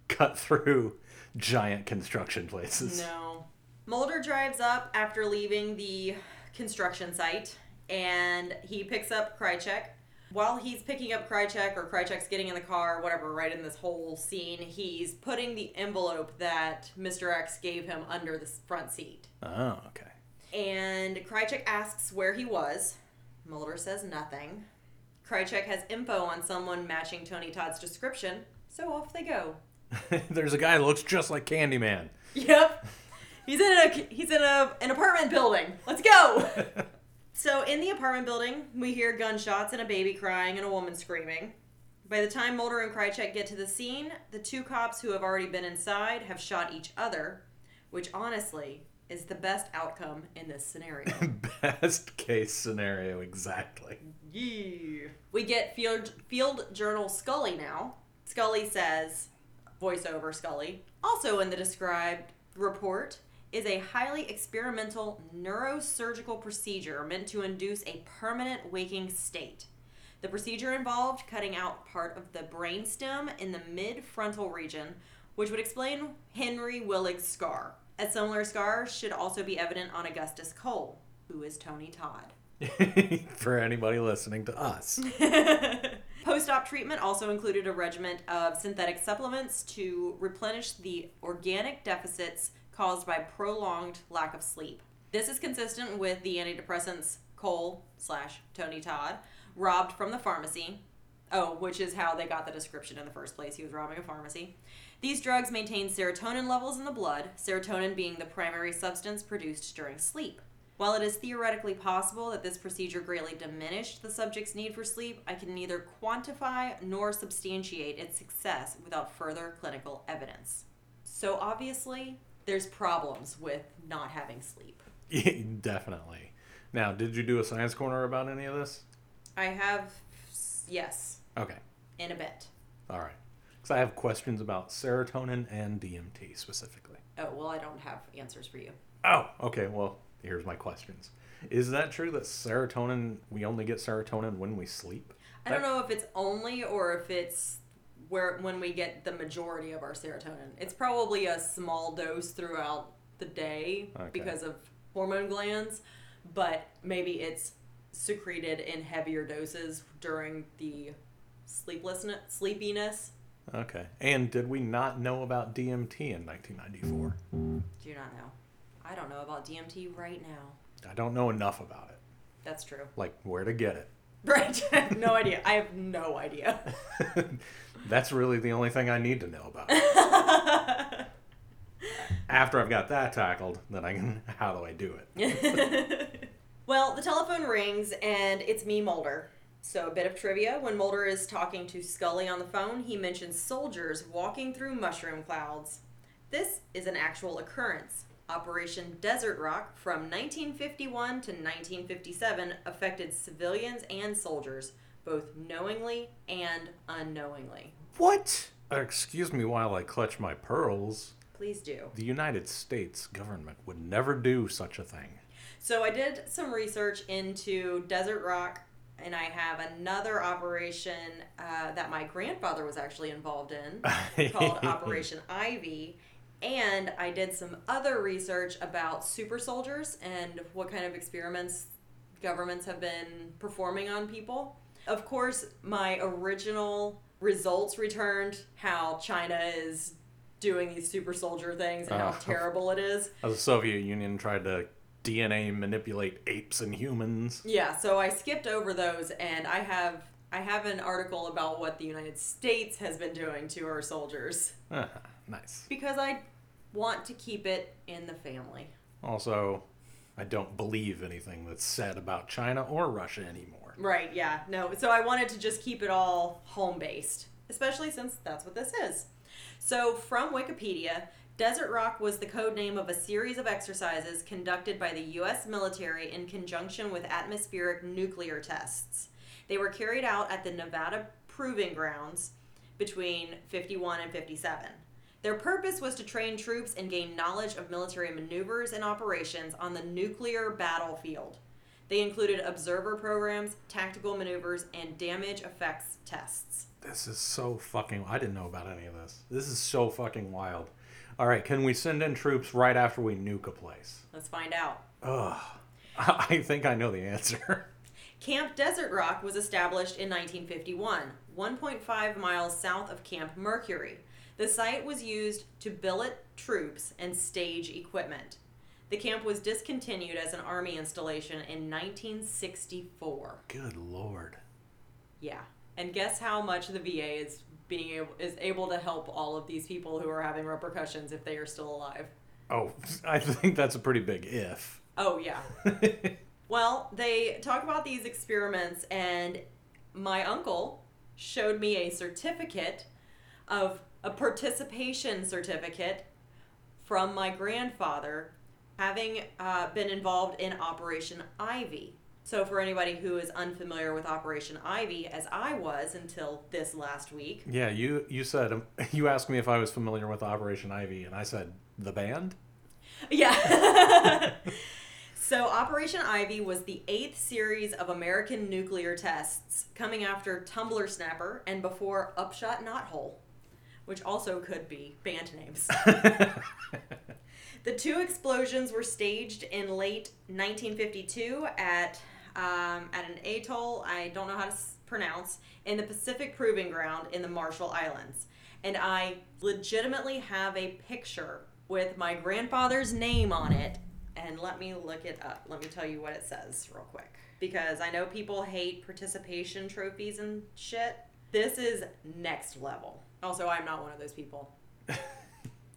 cut through giant construction places.
No. Mulder drives up after leaving the construction site and he picks up Krychek. While he's picking up Krychek or Krychek's getting in the car, whatever, right in this whole scene, he's putting the envelope that Mr. X gave him under the s- front seat.
Oh, okay.
And Krychek asks where he was. Mulder says nothing. Krychek has info on someone matching Tony Todd's description, so off they go.
There's a guy that looks just like Candyman.
Yep. He's in a he's in a an apartment building. Let's go. so in the apartment building, we hear gunshots and a baby crying and a woman screaming. By the time Mulder and Krychek get to the scene, the two cops who have already been inside have shot each other, which honestly is the best outcome in this scenario.
Best case scenario, exactly.
Yeah. We get Field Field Journal Scully now. Scully says, voiceover Scully, also in the described report, is a highly experimental neurosurgical procedure meant to induce a permanent waking state. The procedure involved cutting out part of the brainstem in the mid frontal region, which would explain Henry Willig's scar. A similar scar should also be evident on Augustus Cole, who is Tony Todd.
For anybody listening to us.
Post op treatment also included a regiment of synthetic supplements to replenish the organic deficits caused by prolonged lack of sleep. This is consistent with the antidepressants Cole slash Tony Todd robbed from the pharmacy. Oh, which is how they got the description in the first place. He was robbing a pharmacy. These drugs maintain serotonin levels in the blood, serotonin being the primary substance produced during sleep. While it is theoretically possible that this procedure greatly diminished the subject's need for sleep, I can neither quantify nor substantiate its success without further clinical evidence. So obviously, there's problems with not having sleep.
Definitely. Now, did you do a science corner about any of this?
I have, s- yes,
Okay.
in a bit.
All right. Because I have questions about serotonin and DMT specifically.
Oh, well, I don't have answers for you.
Oh, okay. Well, here's my questions. Is that true that serotonin, we only get serotonin when we sleep?
I don't know if it's only or if it's where when we get the majority of our serotonin. It's probably a small dose throughout the day
Okay.
because of hormone glands, but maybe it's secreted in heavier doses during the sleeplessness sleepiness.
Okay. And did we not know about DMT in 1994?
Do you not know? I don't know about DMT right now.
I don't know enough about it.
That's true.
Like, where to get it.
Right. no idea. I have no idea.
That's really the only thing I need to know about. After I've got that tackled, then I can, how do I do it?
Well, the telephone rings and it's me, Mulder. So, a bit of trivia. When Mulder is talking to Scully on the phone, he mentions soldiers walking through mushroom clouds. This is an actual occurrence. Operation Desert Rock from 1951 to 1957 affected civilians and soldiers, both knowingly and unknowingly.
What? Uh, Excuse me while I clutch my pearls.
Please do.
The United States government would never do such a thing.
So I did some research into Desert Rock, and I have another operation uh, that my grandfather was actually involved in called Operation Ivy. And I did some other research about super soldiers and what kind of experiments governments have been performing on people. Of course, my original results returned how China is doing these super soldier things and how
Oh.
terrible it is.
As the Soviet Union tried to DNA manipulate apes and humans.
Yeah, so I skipped over those, and I have I have an article about what the United States has been doing to our soldiers
Ah, nice.
because I want to keep it in the family.
Also, I don't believe anything that's said about China or Russia anymore.
Right? Yeah. No. So I wanted to just keep it all home based, especially since that's what this is. So from Wikipedia. Desert Rock was the code name of a series of exercises conducted by the U.S. military in conjunction with atmospheric nuclear tests. They were carried out at the Nevada Proving Grounds between 51 and 57. Their purpose was to train troops and gain knowledge of military maneuvers and operations on the nuclear battlefield. They included observer programs, tactical maneuvers, and damage effects tests.
This is so fucking. I didn't know about any of this. This is so fucking wild. All right, can we send in troops right after we nuke a place?
Let's find out.
Ugh. I think I know the answer.
Camp Desert Rock was established in 1951, 1.5 miles south of Camp Mercury. The site was used to billet troops and stage equipment. The camp was discontinued as an army installation in 1964.
Good lord.
Yeah. And guess how much the VA is being able, is able to help all of these people who are having repercussions if they are still alive.
Oh, I think that's a pretty big if.
Oh yeah. well, they talk about these experiments, and my uncle showed me a certificate of a participation certificate from my grandfather having uh, been involved in Operation Ivy. So, for anybody who is unfamiliar with Operation Ivy, as I was until this last week,
Yeah, you you said um, you asked me if I was familiar with Operation Ivy, and I said the band.
Yeah. so Operation Ivy was the eighth series of American nuclear tests, coming after Tumbler Snapper and before Upshot Knothole, which also could be band names. the two explosions were staged in late 1952 at um, at an atoll I don't know how to s- pronounce in the Pacific Proving Ground in the Marshall Islands, and I legitimately have a picture with my grandfather's name on it. And let me look it up. Let me tell you what it says real quick because I know people hate participation trophies and shit. This is next level. Also, I'm not one of those people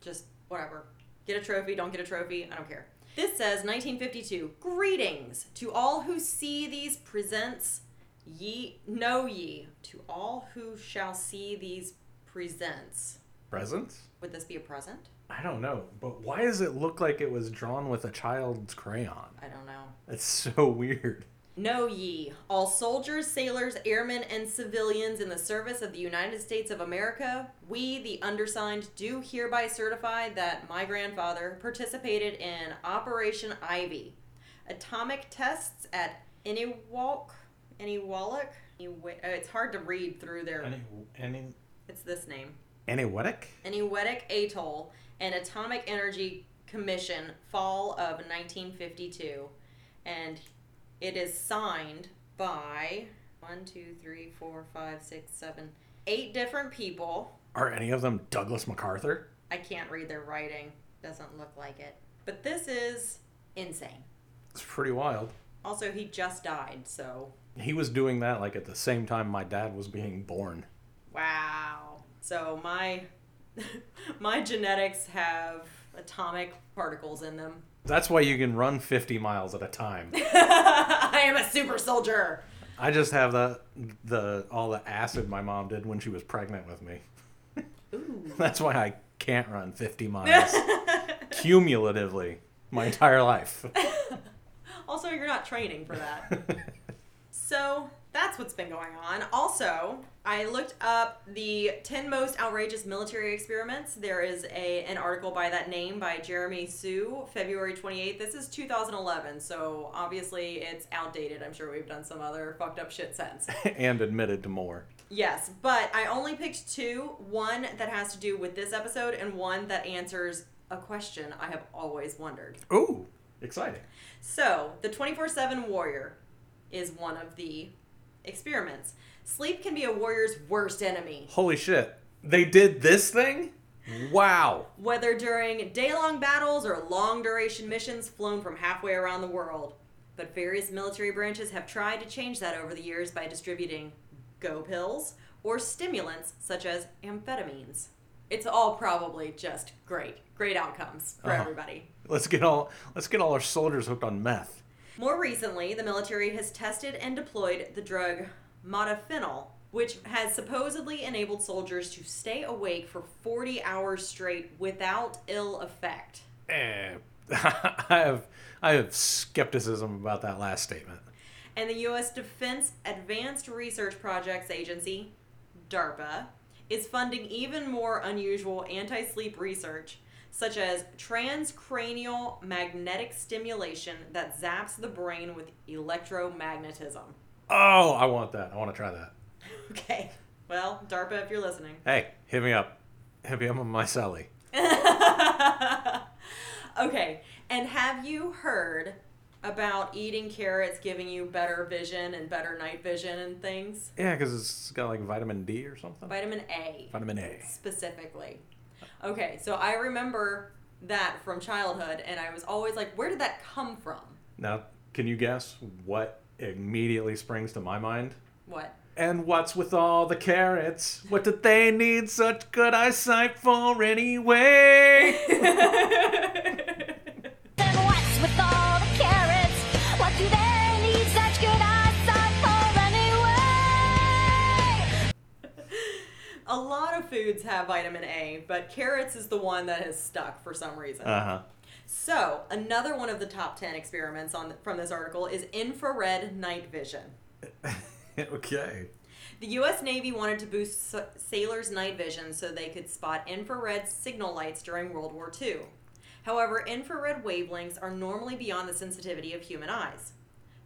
just whatever. Get a trophy, don't get a trophy, I don't care. This says 1952. Greetings to all who see these presents. Ye know ye to all who shall see these presents.
Presents?
Would this be a present?
I don't know, but why does it look like it was drawn with a child's crayon?
I don't know.
That's so weird.
Know ye, all soldiers, sailors, airmen, and civilians in the service of the United States of America, we, the undersigned, do hereby certify that my grandfather participated in Operation Ivy, atomic tests at Eniwalk, Eniwalk. Ewa- uh, It's hard to read through there.
Any, any,
It's this name.
Aniwetic?
Eniwetok Atoll and Atomic Energy Commission, fall of 1952. And it is signed by one, two, three, four, five, six, seven, eight different people.
Are any of them Douglas MacArthur?
I can't read their writing, doesn't look like it. But this is insane.
It's pretty wild.
Also, he just died, so
He was doing that like at the same time my dad was being born.
Wow. So my my genetics have atomic particles in them.
That's why you can run 50 miles at a time.
I am a super soldier.
I just have the the all the acid my mom did when she was pregnant with me. That's why I can't run 50 miles cumulatively my entire life.
Also, you're not training for that. so that's what's been going on. Also, I looked up the 10 most outrageous military experiments. There is a an article by that name by Jeremy Sue, February 28th. This is 2011, so obviously it's outdated. I'm sure we've done some other fucked up shit since.
and admitted to more.
Yes, but I only picked two one that has to do with this episode, and one that answers a question I have always wondered.
Ooh, exciting.
So, the 24 7 warrior is one of the experiments. Sleep can be a warrior's worst enemy,
Holy shit. They did this thing? Wow.
whether during day long battles or long duration missions flown from halfway around the world. But various military branches have tried to change that over the years by distributing go pills or stimulants such as amphetamines. It's all probably just great, great outcomes for
Uh-huh.
everybody.
Let's get all let's get all our soldiers hooked on meth.
More recently, the military has tested and deployed the drug modafinil, which has supposedly enabled soldiers to stay awake for 40 hours straight without ill effect.
Eh, I have I have skepticism about that last statement.
And the U.S. Defense Advanced Research Projects Agency, DARPA, is funding even more unusual anti sleep research, such as transcranial magnetic stimulation that zaps the brain with electromagnetism.
Oh, I want that. I want to try that.
Okay, well, DARPA, if you're listening.
Hey, hit me up. Hit me up on my Sally.
okay, and have you heard about eating carrots giving you better vision and better night vision and things?
Yeah, because it's got like vitamin D or something.
Vitamin A.
vitamin A.
specifically. Okay, so I remember that from childhood, and I was always like, where did that come from?
Now, can you guess what immediately springs to my mind?
What?
And what's with all the carrots? What do they need such good eyesight for anyway?
And what's with all the carrots? What do they need such good eyesight for anyway?
A lot of foods have vitamin A, but carrots is the one that has stuck for some reason.
Uh huh.
So, another one of the top 10 experiments on from this article is infrared night vision.
okay.
The U.S. Navy wanted to boost s- sailors' night vision so they could spot infrared signal lights during World War II. However, infrared wavelengths are normally beyond the sensitivity of human eyes.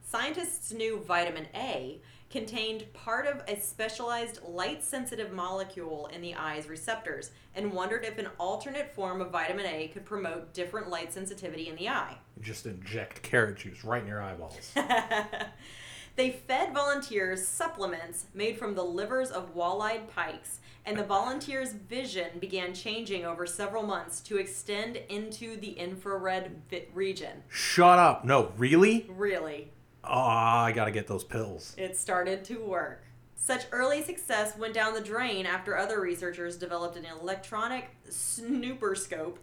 Scientists knew vitamin A contained part of a specialized light sensitive molecule in the eye's receptors and wondered if an alternate form of vitamin A could promote different light sensitivity in the eye.
Just inject carrot juice right in your eyeballs.
They fed volunteers supplements made from the livers of walleyed pikes, and the volunteers' vision began changing over several months to extend into the infrared vi- region.
Shut up. No, really?
Really,
Oh, I gotta get those pills.
it started to work. Such early success went down the drain after other researchers developed an electronic snooper scope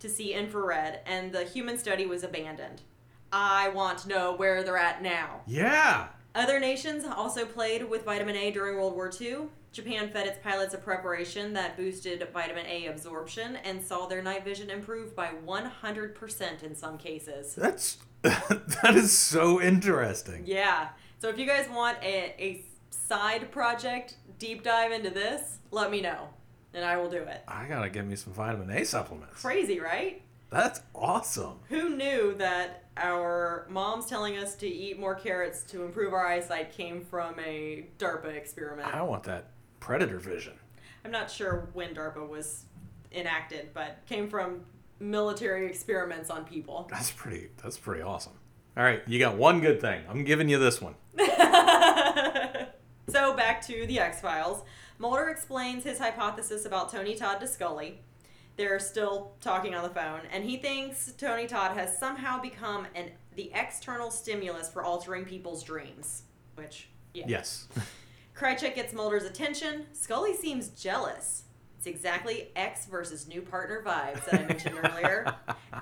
to see infrared, and the human study was abandoned. I want to know where they're at now.
Yeah.
Other nations also played with vitamin A during World War II. Japan fed its pilots a preparation that boosted vitamin A absorption and saw their night vision improve by 100% in some cases.
That's that is so interesting.
Yeah. So if you guys want a, a side project deep dive into this, let me know and I will do it.
I gotta get me some vitamin A supplements.
Crazy, right?
That's awesome.
Who knew that our moms telling us to eat more carrots to improve our eyesight came from a DARPA experiment?
I want that predator vision.
I'm not sure when DARPA was enacted, but came from military experiments on people.
That's pretty. That's pretty awesome. All right, you got one good thing. I'm giving you this one.
So back to the X Files. Mulder explains his hypothesis about Tony Todd to Scully. They're still talking on the phone, and he thinks Tony Todd has somehow become an the external stimulus for altering people's dreams. Which, yeah.
Yes.
Krychek gets Mulder's attention. Scully seems jealous. It's exactly X versus new partner vibes that I mentioned earlier.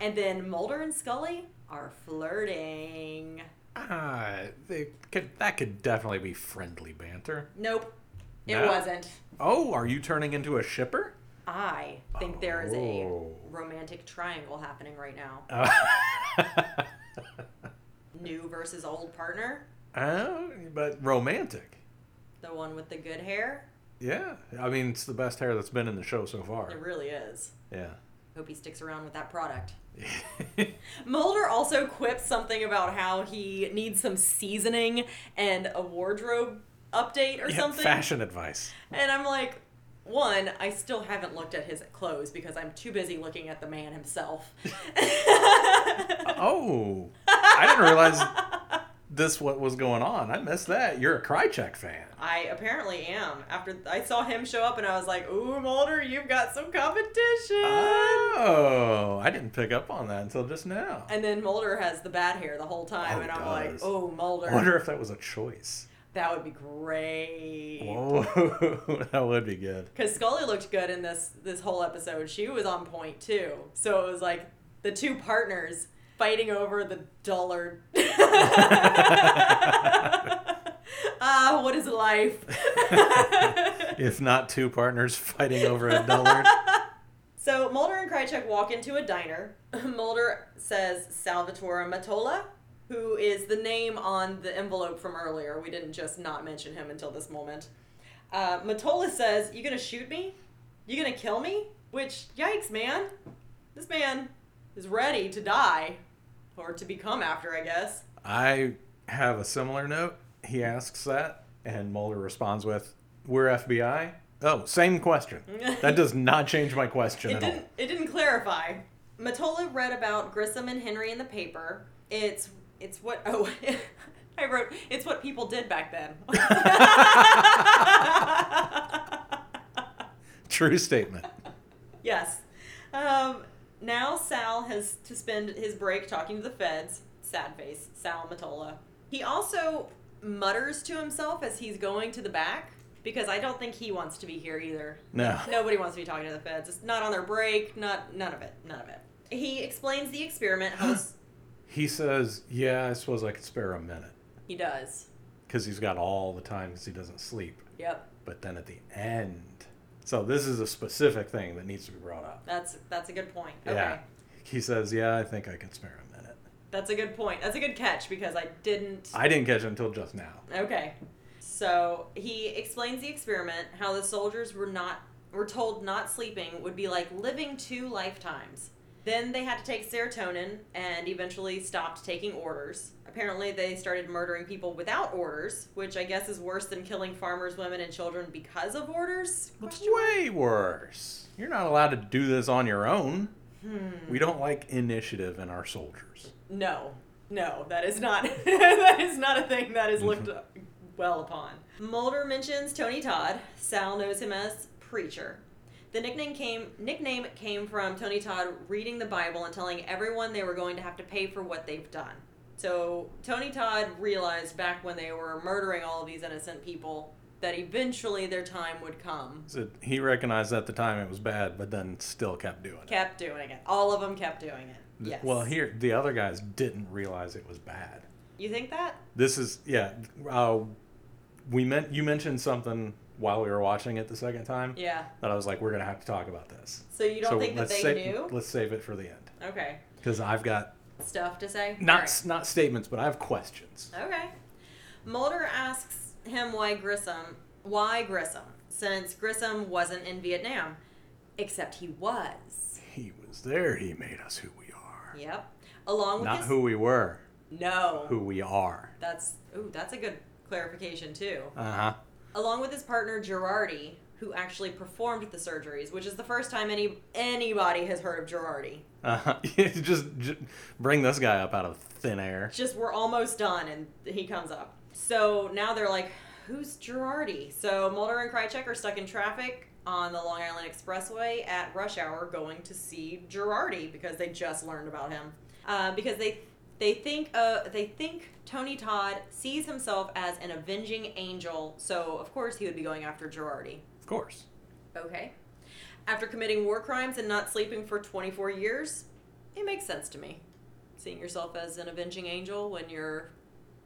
And then Mulder and Scully are flirting.
Ah, they could, that could definitely be friendly banter.
Nope, it
No.
wasn't.
Oh, are you turning into a shipper?
I think there is a
Oh.
romantic triangle happening right now. new versus old partner,
Oh, but romantic.
the one with the good hair.
Yeah, I mean it's the best hair that's been in the show so far.
It really is.
Yeah.
Hope he sticks around with that product. Mulder also quips something about how he needs some seasoning and a wardrobe update or
Yeah,
something.
Fashion advice.
And I'm like, one, I still haven't looked at his clothes because I'm too busy looking at the man himself.
Oh, I didn't realize this what was going on. I missed that. You're a Krychek fan.
I apparently am. After I saw him show up and I was like, ooh, Mulder, you've got some competition.
Uh. Oh, I didn't pick up on that until just now.
and then Mulder has the bad hair the whole time,
Oh,
and I'm
does.
like, oh, Mulder,
I wonder if that was a choice.
that would be great.
Whoa, that would be good.
Because Scully looked good in this this whole episode. She was on point too. So it was like the two partners fighting over the dollar. Ah, what is life?
If not two partners fighting over a dollar.
So Mulder and Krychek walk into a diner. Mulder says Salvatore Matola, who is the name on the envelope from earlier. We didn't just not mention him until this moment. Uh, Matola says, "You gonna shoot me? You gonna kill me?" Which, yikes, man! This man is ready to die, or to become after, I guess.
I have a similar note. He asks that, and Mulder responds with, We're FBI. Oh, same question. That does not change my question
It
at all.
didn't. It didn't clarify. Matola read about Grissom and Henry in the paper. It's it's what oh I wrote it's what people did back then.
True statement.
yes. Um, now Sal has to spend his break talking to the feds. Sad face, Sal Matola. He also mutters to himself as he's going to the back because I don't think he wants to be here either.
No.
Nobody wants to be talking to the feds. It's not on their break. Not none of it. None of it. He explains the experiment. How s-
He says, Yeah, I suppose I could spare a minute.
he does.
Because he's got all the time because he doesn't sleep.
Yep.
But then at the end. So this is a specific thing that needs to be brought up.
That's that's a good point. Okay.
Yeah. He says, Yeah, I think I can spare a minute.
That's a good point. That's a good catch because I didn't.
I didn't catch it until just now.
Okay. So he explains the experiment how the soldiers were not were told not sleeping would be like living two lifetimes. Then they had to take serotonin and eventually stopped taking orders. Apparently they started murdering people without orders, which I guess is worse than killing farmers, women and children because of orders.
It's way worse. You're not allowed to do this on your own.
Hmm.
We don't like initiative in our soldiers.
No, no, that is not that is not a thing that is looked
Mm-hmm.
well upon. Mulder mentions Tony Todd. Sal knows him as Preacher. The nickname came nickname came from Tony Todd reading the Bible and telling everyone they were going to have to pay for what they've done. So Tony Todd realized back when they were murdering all of these innocent people that eventually their time would come.
So he recognized at the time it was bad, but then still kept doing it.
Kept doing it. All of them kept doing it. Yes.
Well, here the other guys didn't realize it was bad.
You think that?
This is yeah. Uh, we meant you mentioned something while we were watching it the second time
Yeah.
that I was like, we're gonna have to talk about this.
So you don't think that
let's
they
sa-
knew?
Let's save it for the end
Okay.
because I've got
Stuff to say?
not
Alright.
s not statements, but I have questions.
Okay. Mulder asks him why Grissom, why Grissom, since Grissom wasn't in Vietnam, except he was.
He was there. He made us who we are.
Yep. Along with
Not
his,
who we were.
No.
Who we are.
That's ooh, that's a good clarification too.
Uh huh.
Along with his partner Girardi, who actually performed the surgeries, which is the first time any anybody has heard of Girardi.
Uh-huh. just, just bring this guy up out of thin air.
Just we're almost done, and he comes up. So now they're like, who's Girardi? So Mulder and Krychek are stuck in traffic on the Long Island Expressway at rush hour, going to see Girardi because they just learned about him. Uh, because they they think uh, they think Tony Todd sees himself as an avenging angel, so of course he would be going after Girardi.
Of course.
Okay. After committing war crimes and not sleeping for 24 years, it makes sense to me. Seeing yourself as an avenging angel when you're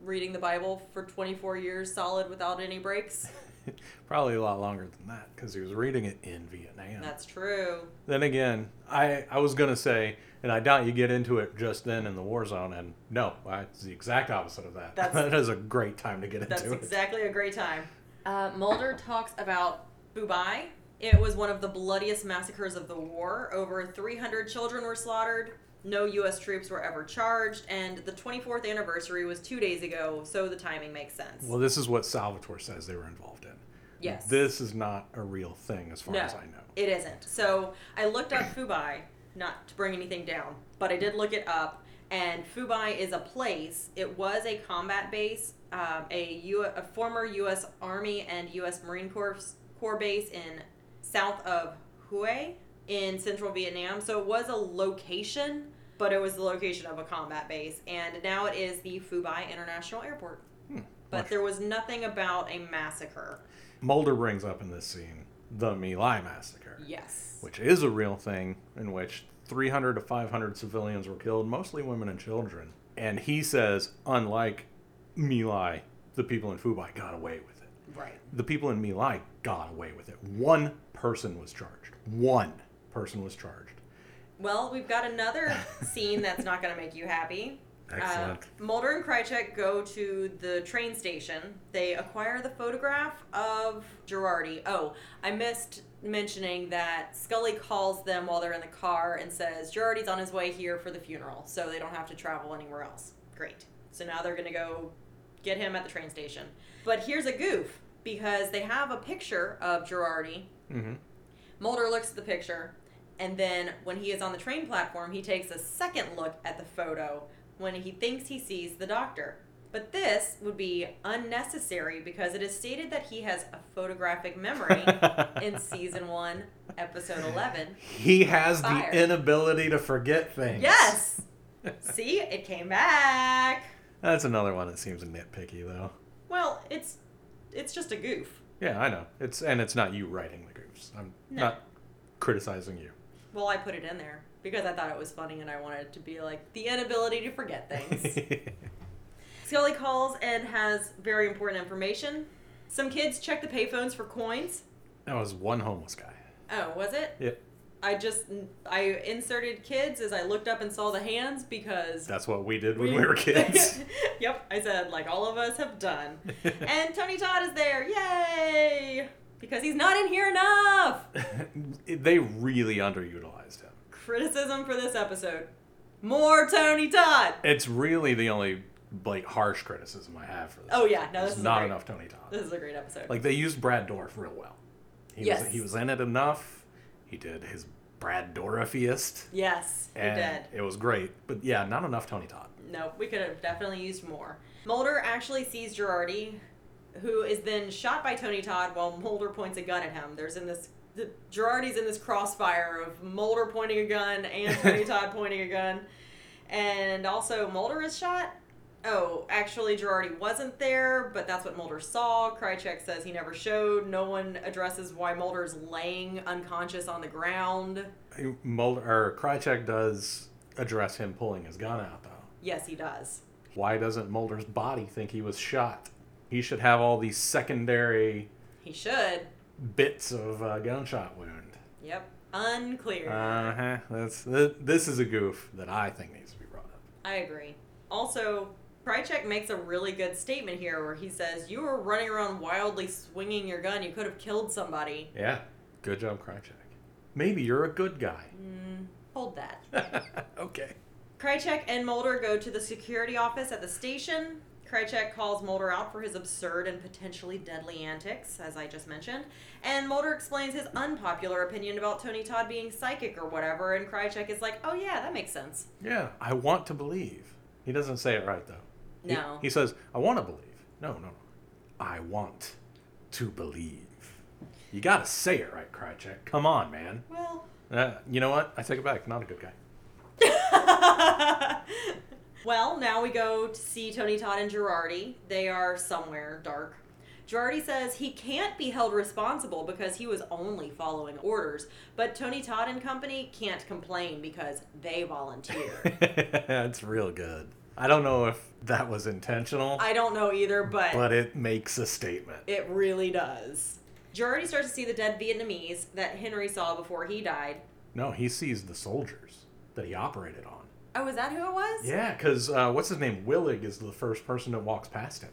reading the Bible for 24 years solid without any breaks.
Probably a lot longer than that because he was reading it in Vietnam.
That's true.
Then again, I, I was going to say, and I doubt you get into it just then in the war zone, and no, I- it's the exact opposite of that.
That's-
that is a great time to get
That's
into it.
exactly a great time. Uh, Mulder talks about Bubai. It was one of the bloodiest massacres of the war. Over 300 children were slaughtered. No U.S. troops were ever charged. And the 24th anniversary was two days ago, so the timing makes sense.
Well, this is what Salvatore says they were involved in.
yes.
This is not a real thing as far as I know.
It isn't. So I looked up Fubai, not to bring anything down, but I did look it up. And Fubai is a place. It was a combat base, um, a, U- a former U.S. Army and U.S. Marine Corps, Corps base in south of Hue in central Vietnam. So it was a location, but it was the location of a combat base. And now it is the Fubai International Airport.
Hmm,
But there was nothing about a massacre.
Mulder brings up in this scene the My Lai massacre.
Yes.
which is a real thing in which 300 to 500 civilians were killed, mostly women and children. And he says, unlike Milai, the people in Fubai got away with it.
Right.
The people in Milai got away with it. One person was charged. One person was charged.
Well, we've got another scene that's not going to make you happy.
Excellent.
Uh, Mulder and Krychek go to the train station. They acquire the photograph of Girardi. Oh, I missed mentioning that Scully calls them while they're in the car and says Girardi's on his way here for the funeral, so they don't have to travel anywhere else. Great. So now they're going to go get him at the train station. But here's a goof because they have a picture of Girardi Mulder looks at the picture, and then when he is on the train platform, he takes a second look at the photo when he thinks he sees the doctor. But this would be unnecessary because it is stated that he has a photographic memory in season 1, episode 11.
He has
Fire.
the inability to forget things.
Yes! See, it came back.
That's another one that seems nitpicky, though.
Well, it's it's just a goof.
Yeah, I know. It's and it's not you writing the goofs. I'm
No.
not criticizing you.
Well, I put it in there because I thought it was funny and I wanted it to be like the inability to forget things. Scully calls and has very important information. Some kids check the payphones for coins.
that was one homeless guy.
Oh, was it?
Yep.
I just I inserted kids as I looked up and saw the hands because
That's what we did when we were kids.
yep, I said like all of us have done. and Tony Todd is there. Yay! Because he's not in here enough.
they really underutilized him.
Criticism for this episode. More Tony Todd.
It's really the only like harsh criticism I have for this.
Oh yeah, no, this
There's
is a
not
great-
enough Tony Todd.
This is a great episode.
Like they used Brad Dorff real well. He
Yes.
was he was in it enough. He did his Brad Dorffiest.
yes, he
And
did.
It was great, but yeah, not enough Tony Todd.
Nope, we could have definitely used more. Mulder actually sees Girardi, who is then shot by Tony Todd while Mulder points a gun at him. There's in this. The, Girardi's in this crossfire of Mulder pointing a gun and Tony Todd pointing a gun. And also, Mulder is shot. oh, actually, Girardi wasn't there, but that's what Mulder saw. Krychek says he never showed. No one addresses why Mulder's laying unconscious on the ground.
He- Mulder or Krychek does address him pulling his gun out though.
Yes, he does.
Why doesn't Mulder's body think he was shot? He should have all these secondary
He should.
bits of uh, gunshot wound.
Yep. Unclear.
Uh huh. That's th- this is a goof that I think needs to be brought up.
I agree. Also, Krychek makes a really good statement here where he says, You were running around wildly swinging your gun. You could have killed somebody.
Yeah. Good job, Krychek. Maybe you're a good guy.
Hold that.
okay.
Krychek and Mulder go to the security office at the station. Krychek calls Mulder out for his absurd and potentially deadly antics, as I just mentioned. And Mulder explains his unpopular opinion about Tony Todd being psychic or whatever. And Krychek is like, Oh, yeah, that makes sense.
Yeah. I want to believe. He doesn't say it right though. He-
No.
He, says, "I want to believe." No, no, no. I want to believe. You gotta say it right, Krychek. Come on, man.
Well,
Uh, you know what? I take it back. Not a good guy.
well, now we go to see Tony Todd and Girardi. They are somewhere dark. Girardi says he can't be held responsible because he was only following orders, but Tony Todd and company can't complain because they volunteered.
it's real good. I don't know if that was intentional,
I don't know either, but,
but it makes a statement.
it really does. Girardi starts to see the dead Vietnamese that Henry saw before he died.
No, he sees the soldiers that he operated on.
Oh, is that who it was?
Yeah, because uh, what's his name? Willig is the first person that walks past him.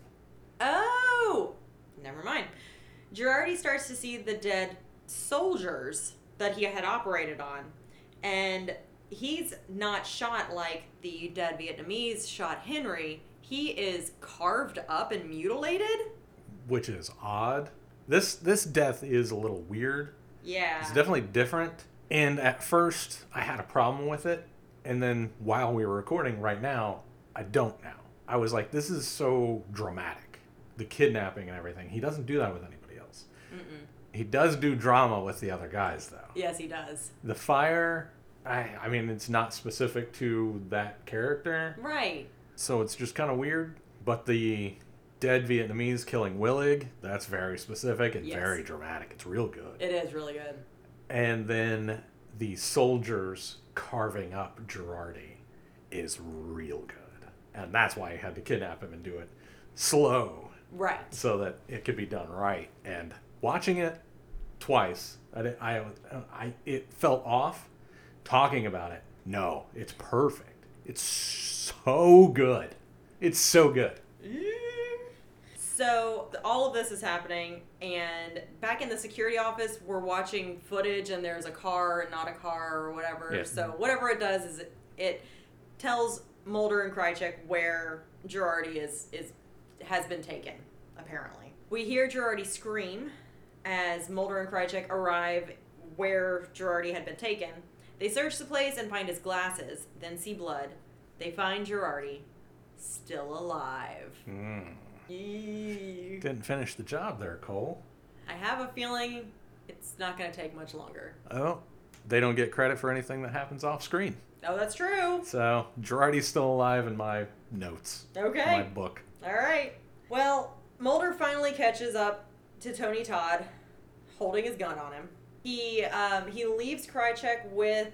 Oh, never mind. Girardi starts to see the dead soldiers that he had operated on, and he's not shot like the dead Vietnamese shot Henry. He is carved up and mutilated.
which is odd. This this death is a little weird.
Yeah.
It's definitely different. And at first, I had a problem with it, and then while we were recording right now, I don't now. I was like, this is so dramatic, the kidnapping and everything. He doesn't do that with anybody else. He does do drama with the other guys though.
yes, he does.
The fire, I I mean, it's not specific to that character.
Right.
So it's just kind of weird. But the dead Vietnamese killing Willig, that's very specific and
Yes.
very dramatic. It's real good.
It is really good.
And then the soldiers carving up Girardi is real good. And that's why he had to kidnap him and do it slow
Right.
so that it could be done right. And watching it twice, I, di- I, I it felt off. Talking about it, no, it's perfect. It's so good. It's so good.
So all of this is happening, and back in the security office, we're watching footage, and there's a car and not a car or whatever.
Yeah.
So whatever it does is it, it tells Mulder and Krychek where Girardi is is has been taken. Apparently, we hear Girardi scream as Mulder and Krychek arrive where Girardi had been taken. They search the place and find his glasses, then see blood. They find Girardi still alive. Eee.
Didn't finish the job there, Cole.
I have a feeling it's not going to take much longer.
Oh, they don't get credit for anything that happens off screen.
Oh, that's true.
So Girardi's still alive in my notes, my
Okay.
book.
All right. Well, Mulder finally catches up to Tony Todd, holding his gun on him. He um, he leaves Krychek with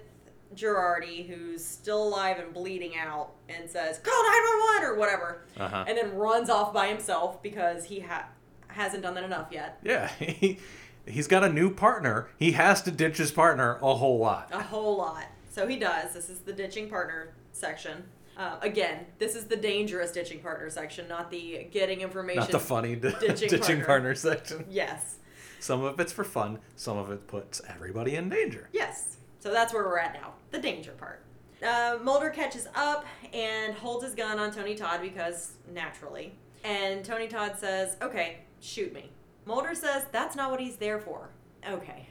Girardi, who's still alive and bleeding out, and says, "Call 911" or whatever,
Uh-huh.
and then runs off by himself because he ha- hasn't done that enough yet.
Yeah, he, he's got a new partner. He has to ditch his partner a whole lot.
A whole lot. So he does. This is the ditching partner section. Uh, again, this is the dangerous ditching partner section, not the getting information.
Not the funny d-
Ditching
ditching,
partner.
partner. section.
Yes.
Some of it's for fun, some of it puts everybody in danger.
Yes. So that's where we're at now. The danger part. Uh, Mulder catches up and holds his gun on Tony Todd because naturally. And Tony Todd says, okay, shoot me. Mulder says, that's not what he's there for. Okay.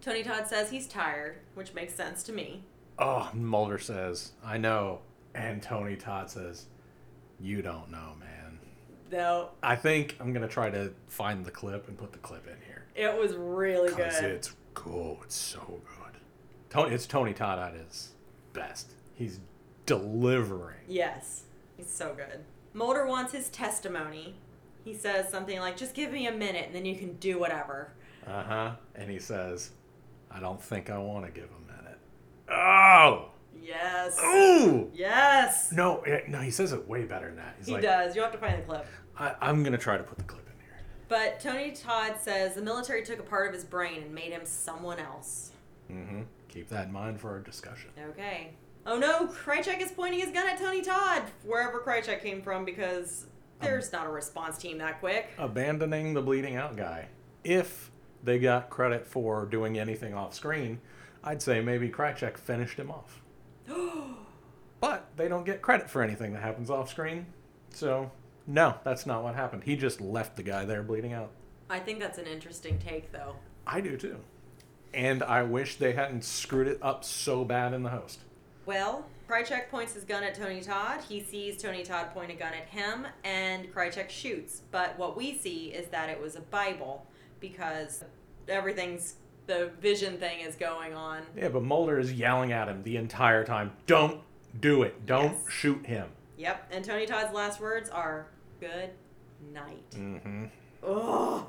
Tony Todd says he's tired, which makes sense to me.
oh, Mulder says, I know. And Tony Todd says, You don't know, man.
Though
I think I'm going to try to find the clip and put the clip in here.
it was really good.
Because it's cool. It's so good. Tony, it's Tony Todd at his best. He's delivering.
Yes. He's so good. Mulder wants his testimony. He says something like, just give me a minute and then you can do whatever.
Uh huh. And he says, I don't think I want to give a minute. Oh!
Yes.
Ooh!
Yes.
No, eh, no, he says it way better than that. He's
he
like,
does. You'll have to find the clip.
I, I'm going to try to put the clip in here.
But Tony Todd says the military took a part of his brain and made him someone else.
Mm-hmm. Keep that in mind for our discussion.
Okay. Oh no, Krychek is pointing his gun at Tony Todd, wherever Krychek came from, because
Um.
there's not a response team that quick.
Abandoning the bleeding out guy. If they got credit for doing anything off screen, I'd say maybe Krychek finished him off. but they don't get credit for anything that happens off screen. So, no, that's not what happened. He just left the guy there bleeding out.
I think that's an interesting take, though.
I do too. And I wish they hadn't screwed it up so bad in the host.
Well, Krychek points his gun at Tony Todd. He sees Tony Todd point a gun at him, and Krychek shoots. But what we see is that it was a Bible because everything's the vision thing is going on.
Yeah, but Mulder is yelling at him the entire time. Don't do it. Don't
Yes.
shoot him.
Yep. And Tony Todd's last words are good night. Mm-hmm. Ugh.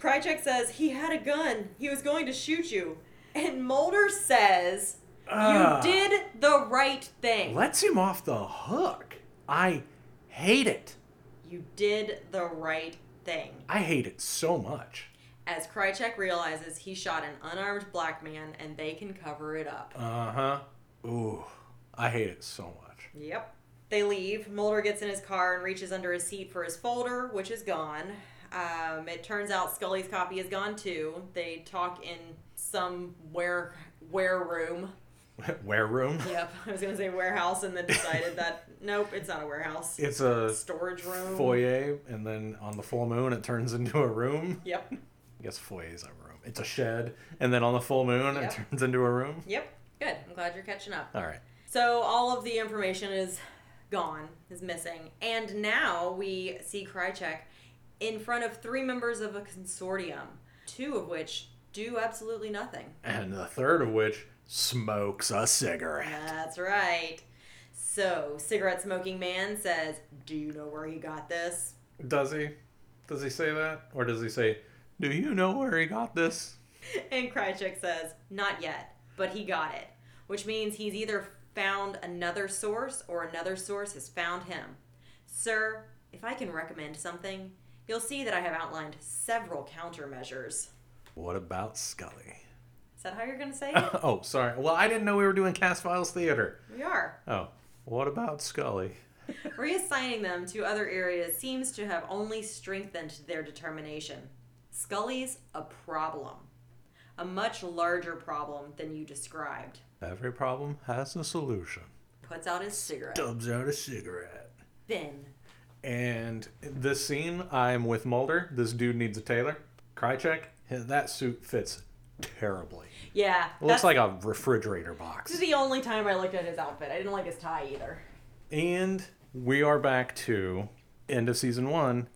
Krychek says he had a gun. He was going to shoot you. And Mulder says
Ah.
you did the right thing.
Let's him off the hook. I hate it.
You did the right thing.
I hate it so much.
As Krychek realizes he shot an unarmed black man and they can cover it up.
Uh
Uh-huh.
huh. Ooh, I hate it so much.
Yep. They leave. Mulder gets in his car and reaches under his seat for his folder, which is gone. Um, it turns out Scully's copy is gone too. They talk in some where where room.
Ware room.
Yep, I was gonna say warehouse, and then decided that nope, it's not a warehouse.
It's a
storage room.
foyer, and then on the full moon, it turns into a room.
Yep.
I guess foyer is a room. It's a shed, and then on the full moon,
Yep.
it turns into a room.
Yep. Good. I'm glad you're catching up.
All right.
So all of the information is gone, is missing, and now we see Krychek in front of three members of a consortium, two of which do absolutely nothing.
and the third of which smokes a cigarette.
That's right. So cigarette smoking man says, "Do you know where he got this?"
Does he? Does he say that? Or does he say, Do you know where he got this?
And Krychek says, "Not yet, but he got it," which means he's either found another source or another source has found him. Sir, if I can recommend something, you'll see that I have outlined several countermeasures.
What about Scully?
Is that how you're going to say it?
Oh, sorry. Well, I didn't know we were doing Cast Files Theater.
we are.
Oh, what about Scully?
Reassigning them to other areas seems to have only strengthened their determination. Scully's a problem, a much larger problem than you described.
Every problem has a solution.
Puts out his cigarette.
Dubs out a cigarette.
Then
And this scene, I'm with Mulder. This dude needs a tailor. Krychek, that suit fits terribly.
Yeah.
Looks
that's
like a refrigerator box.
the only time I looked at his outfit. I didn't like his tie either.
And we are back to end of season one.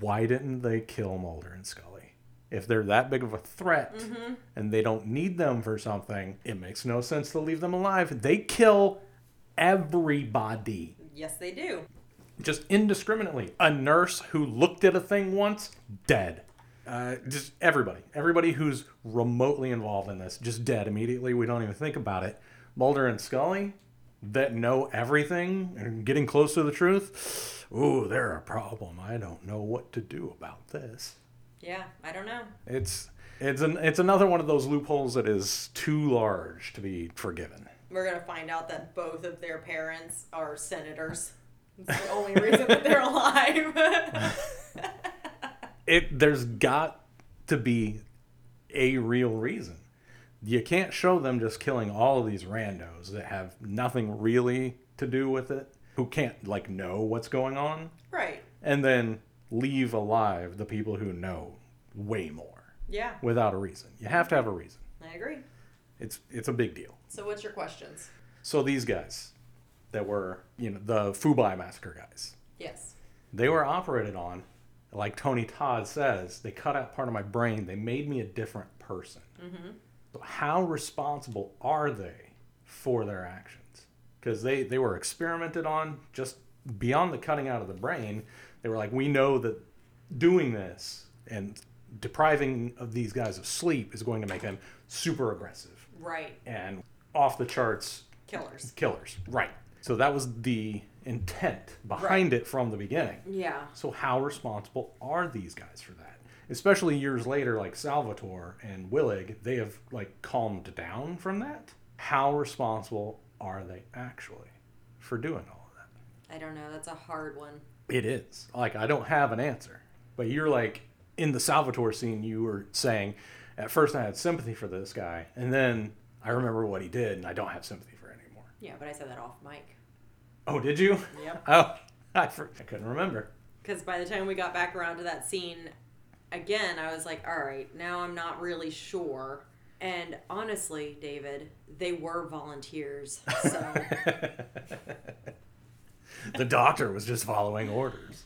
Why didn't they kill Mulder and Scully? If they're that big of a threat and they don't need them for something, it makes no sense to leave them alive. They kill everybody
Yes, they do.
just indiscriminately. A nurse who looked at a thing once, dead. Uh, just everybody, everybody who's remotely involved in this, just dead immediately. We don't even think about it. Mulder and Scully, that know everything and getting close to the truth. Ooh, they're a problem. I don't know what to do about this.
Yeah, I don't know.
It's it's an it's another one of those loopholes that is too large to be forgiven.
We're gonna find out that both of their parents are senators. It's the only reason that they're alive.
it there's got to be a real reason. You can't show them just killing all of these randos that have nothing really to do with it, who can't like know what's going on,
right.
and then leave alive the people who know way more
Yeah,
without a reason. You have to have a reason.
I agree.
It's it's a big deal.
So, what's your questions?
So these guys that were, you know, the Fubai massacre guys.
Yes.
they were operated on like tony todd says they cut out part of my brain they made me a different person so how responsible are they for their actions because they they were experimented on just beyond the cutting out of the brain. They were like, we know that doing this and depriving of these guys of sleep is going to make them super aggressive
Right.
and off the charts
Killers.
killers. Right. So that was the intent behind it from the beginning.
Yeah.
So how responsible are these guys for that? Especially years later, like Salvatore and Willig, they have like calmed down from that. How responsible are they actually for doing all of that?
I don't know. That's a hard one.
It is. Like I don't have an answer. But you're like in the Salvatore scene you were saying, at first I had sympathy for this guy, and then I remember what he did and I don't have sympathy for it anymore.
Yeah, but I said that off mic.
Oh, did you?
Yep.
Oh, I, for- I couldn't remember.
Because by the time we got back around to that scene again, I was like, all right, now I'm not really sure. And honestly, David, they were volunteers. So,
The doctor was just following orders.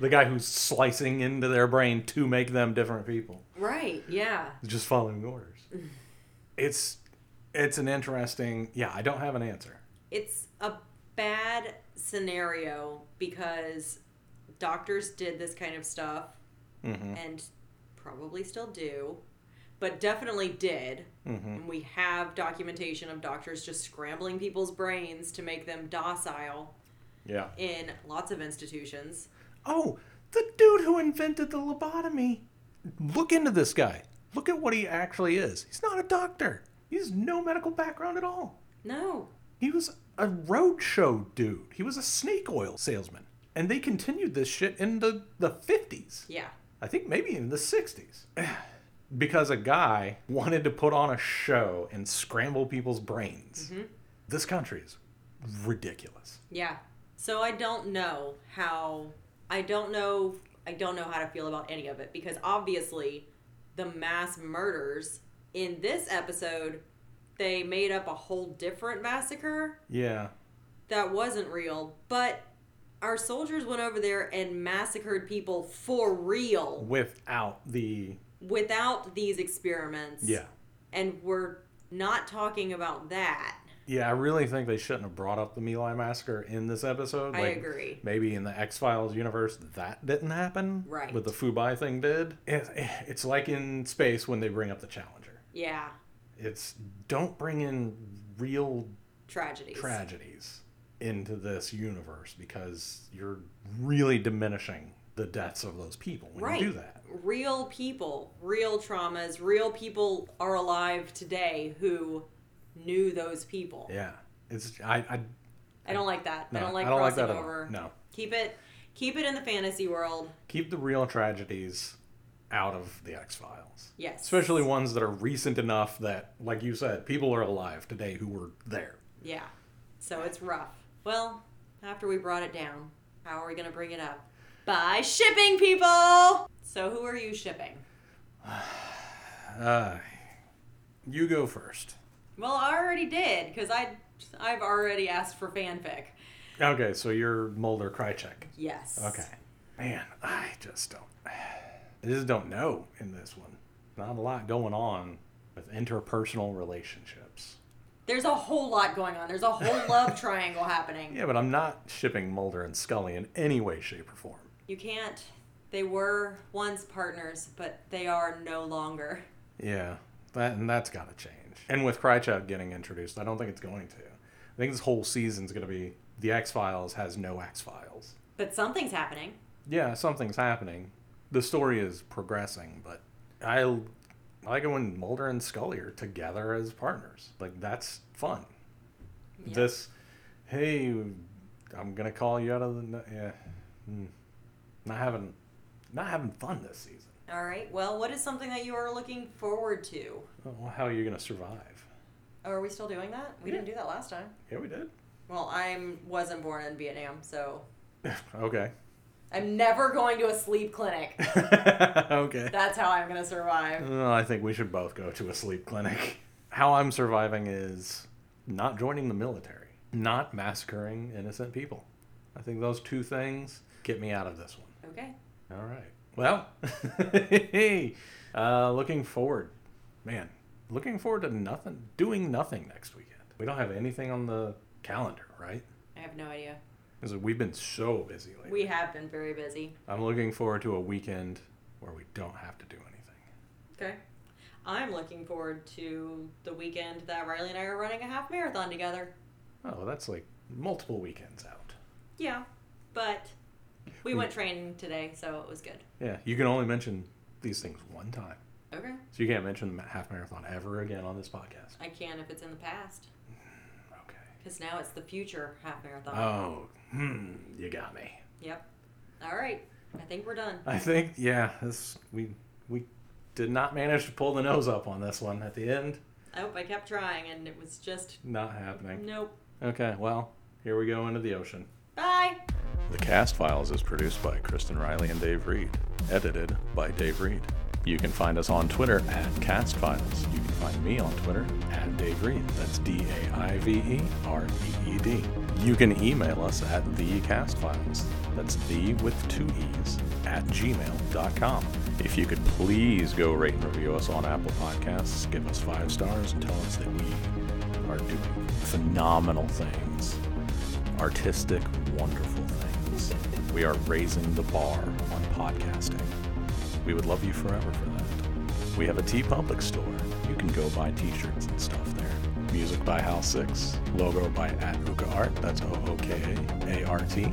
The guy who's slicing into their brain to make them different people
right. Yeah.
is just following orders. It's it's an interesting. Yeah, I don't have an answer.
It's a bad scenario because doctors did this kind of stuff and probably still do, but definitely did. And we have documentation of doctors just scrambling people's brains to make them docile
Yeah.
in lots of institutions.
Oh, the dude who invented the lobotomy. Look into this guy. Look at what he actually is. He's not a doctor. He's no medical background at all.
No.
He was a roadshow dude. He was a snake oil salesman. And they continued this shit into the 50s.
Yeah.
I think maybe even the 60s. because a guy wanted to put on a show and scramble people's brains.
Mm-hmm.
This country is ridiculous.
Yeah. So I don't know how I don't know I don't know how to feel about any of it because obviously the mass murders in this episode they made up a whole different massacre
Yeah.
that wasn't real, but our soldiers went over there and massacred people for real
Without the.
without these experiments.
Yeah.
And we're not talking about that.
Yeah, I really think they shouldn't have brought up the My Lai massacre in this episode.
I agree.
Maybe in the X Files universe, that didn't happen.
Right.
But the Fubai thing did. It, it's like in space when they bring up the Challenger.
Yeah.
It's don't bring in real
Tragedies.
tragedies into this universe because you're really diminishing the deaths of those people when
right.
you do that.
Real people, real traumas, real people are alive today who knew those people.
Yeah. It's I, I
I don't like that.
No,
I don't like
I don't like
crossing
that at all.
over.
No.
Keep it keep it in the fantasy world.
keep the real tragedies out of the X Files.
Yes.
Especially ones that are recent enough that, like you said, people are alive today who were there.
Yeah. So it's rough. Well, after we brought it down, how are we gonna bring it up? By shipping people. So who are you shipping?
Uh, You go first.
Well, I already did because I I've already asked for fanfic.
Okay, so you're Mulder Krychek.
Yes.
Okay. Man, I just don't. I just don't know in this one. Not a lot going on with interpersonal relationships.
There's a whole lot going on. There's a whole love triangle happening.
Yeah, but I'm not shipping Mulder and Scully in any way, shape, or form.
You can't. They were once partners, but they are no longer.
Yeah, that and that's got to change. And with Krychek getting introduced, I don't think it's going to. I think this whole season's going to be the X Files has no X Files.
But something's happening.
Yeah, something's happening. The story is progressing, but I l- I like it when Mulder and Scully are together as partners. Like that's fun. This, hey, I'm gonna call you out of the n- yeah, mm. not having not having fun this season.
All right. Well, what is something that you are looking forward to?
Oh, how are you gonna survive?
Oh, are we still doing that? We didn't do that last time.
Yeah, we did.
Well, I wasn't born in Vietnam, so
Okay.
I'm never going to a sleep clinic.
okay.
That's how I'm going to survive.
Well, I think we should both go to a sleep clinic. How I'm surviving is not joining the military, not massacring innocent people. I think those two things get me out of this one.
Okay.
All right. Well, hey, uh, looking forward, man, looking forward to nothing, doing nothing next weekend. We don't have anything on the
calendar, right?
I have no idea.
Because we've been so busy lately.
We have been very busy.
I'm looking forward to a weekend where we don't have to do anything.
Okay. I'm looking forward to the weekend that Riley and I are running a half marathon together.
Oh, that's like multiple weekends out.
Yeah, but we went training today, so it was good.
Yeah, you can only mention these things one time.
Okay.
So you can't mention the half marathon ever again on this podcast.
I can if it's in the past,
Okay.
because now it's the future half marathon.
Oh, hmm, you got me.
Yep. All right. I think we're done.
I think yeah, this we we did not manage to pull the nose up on this one at the end.
I hope I kept trying, and it was just
Not happening.
nope.
Okay, well, here we go into the ocean.
Bye.
The Cast Files is produced by Kristen Riley and Dave Reed, edited by Dave Reed. You can find us on Twitter at Cast Files. You can find me on Twitter at Dave Reed. That's D A I V E R E E D. You can email us at thecastfiles. That's the with two e's at gmail.com. If you could please go rate and review us on Apple Podcasts, give us five stars, and tell us that we are doing phenomenal things artistic, wonderful things. We are raising the bar on podcasting. We would love you forever for that. We have a T Public store. You can go buy t shirts and stuff there. Music by Hal Six. Logo by at Uka Art. That's O O K A A R T.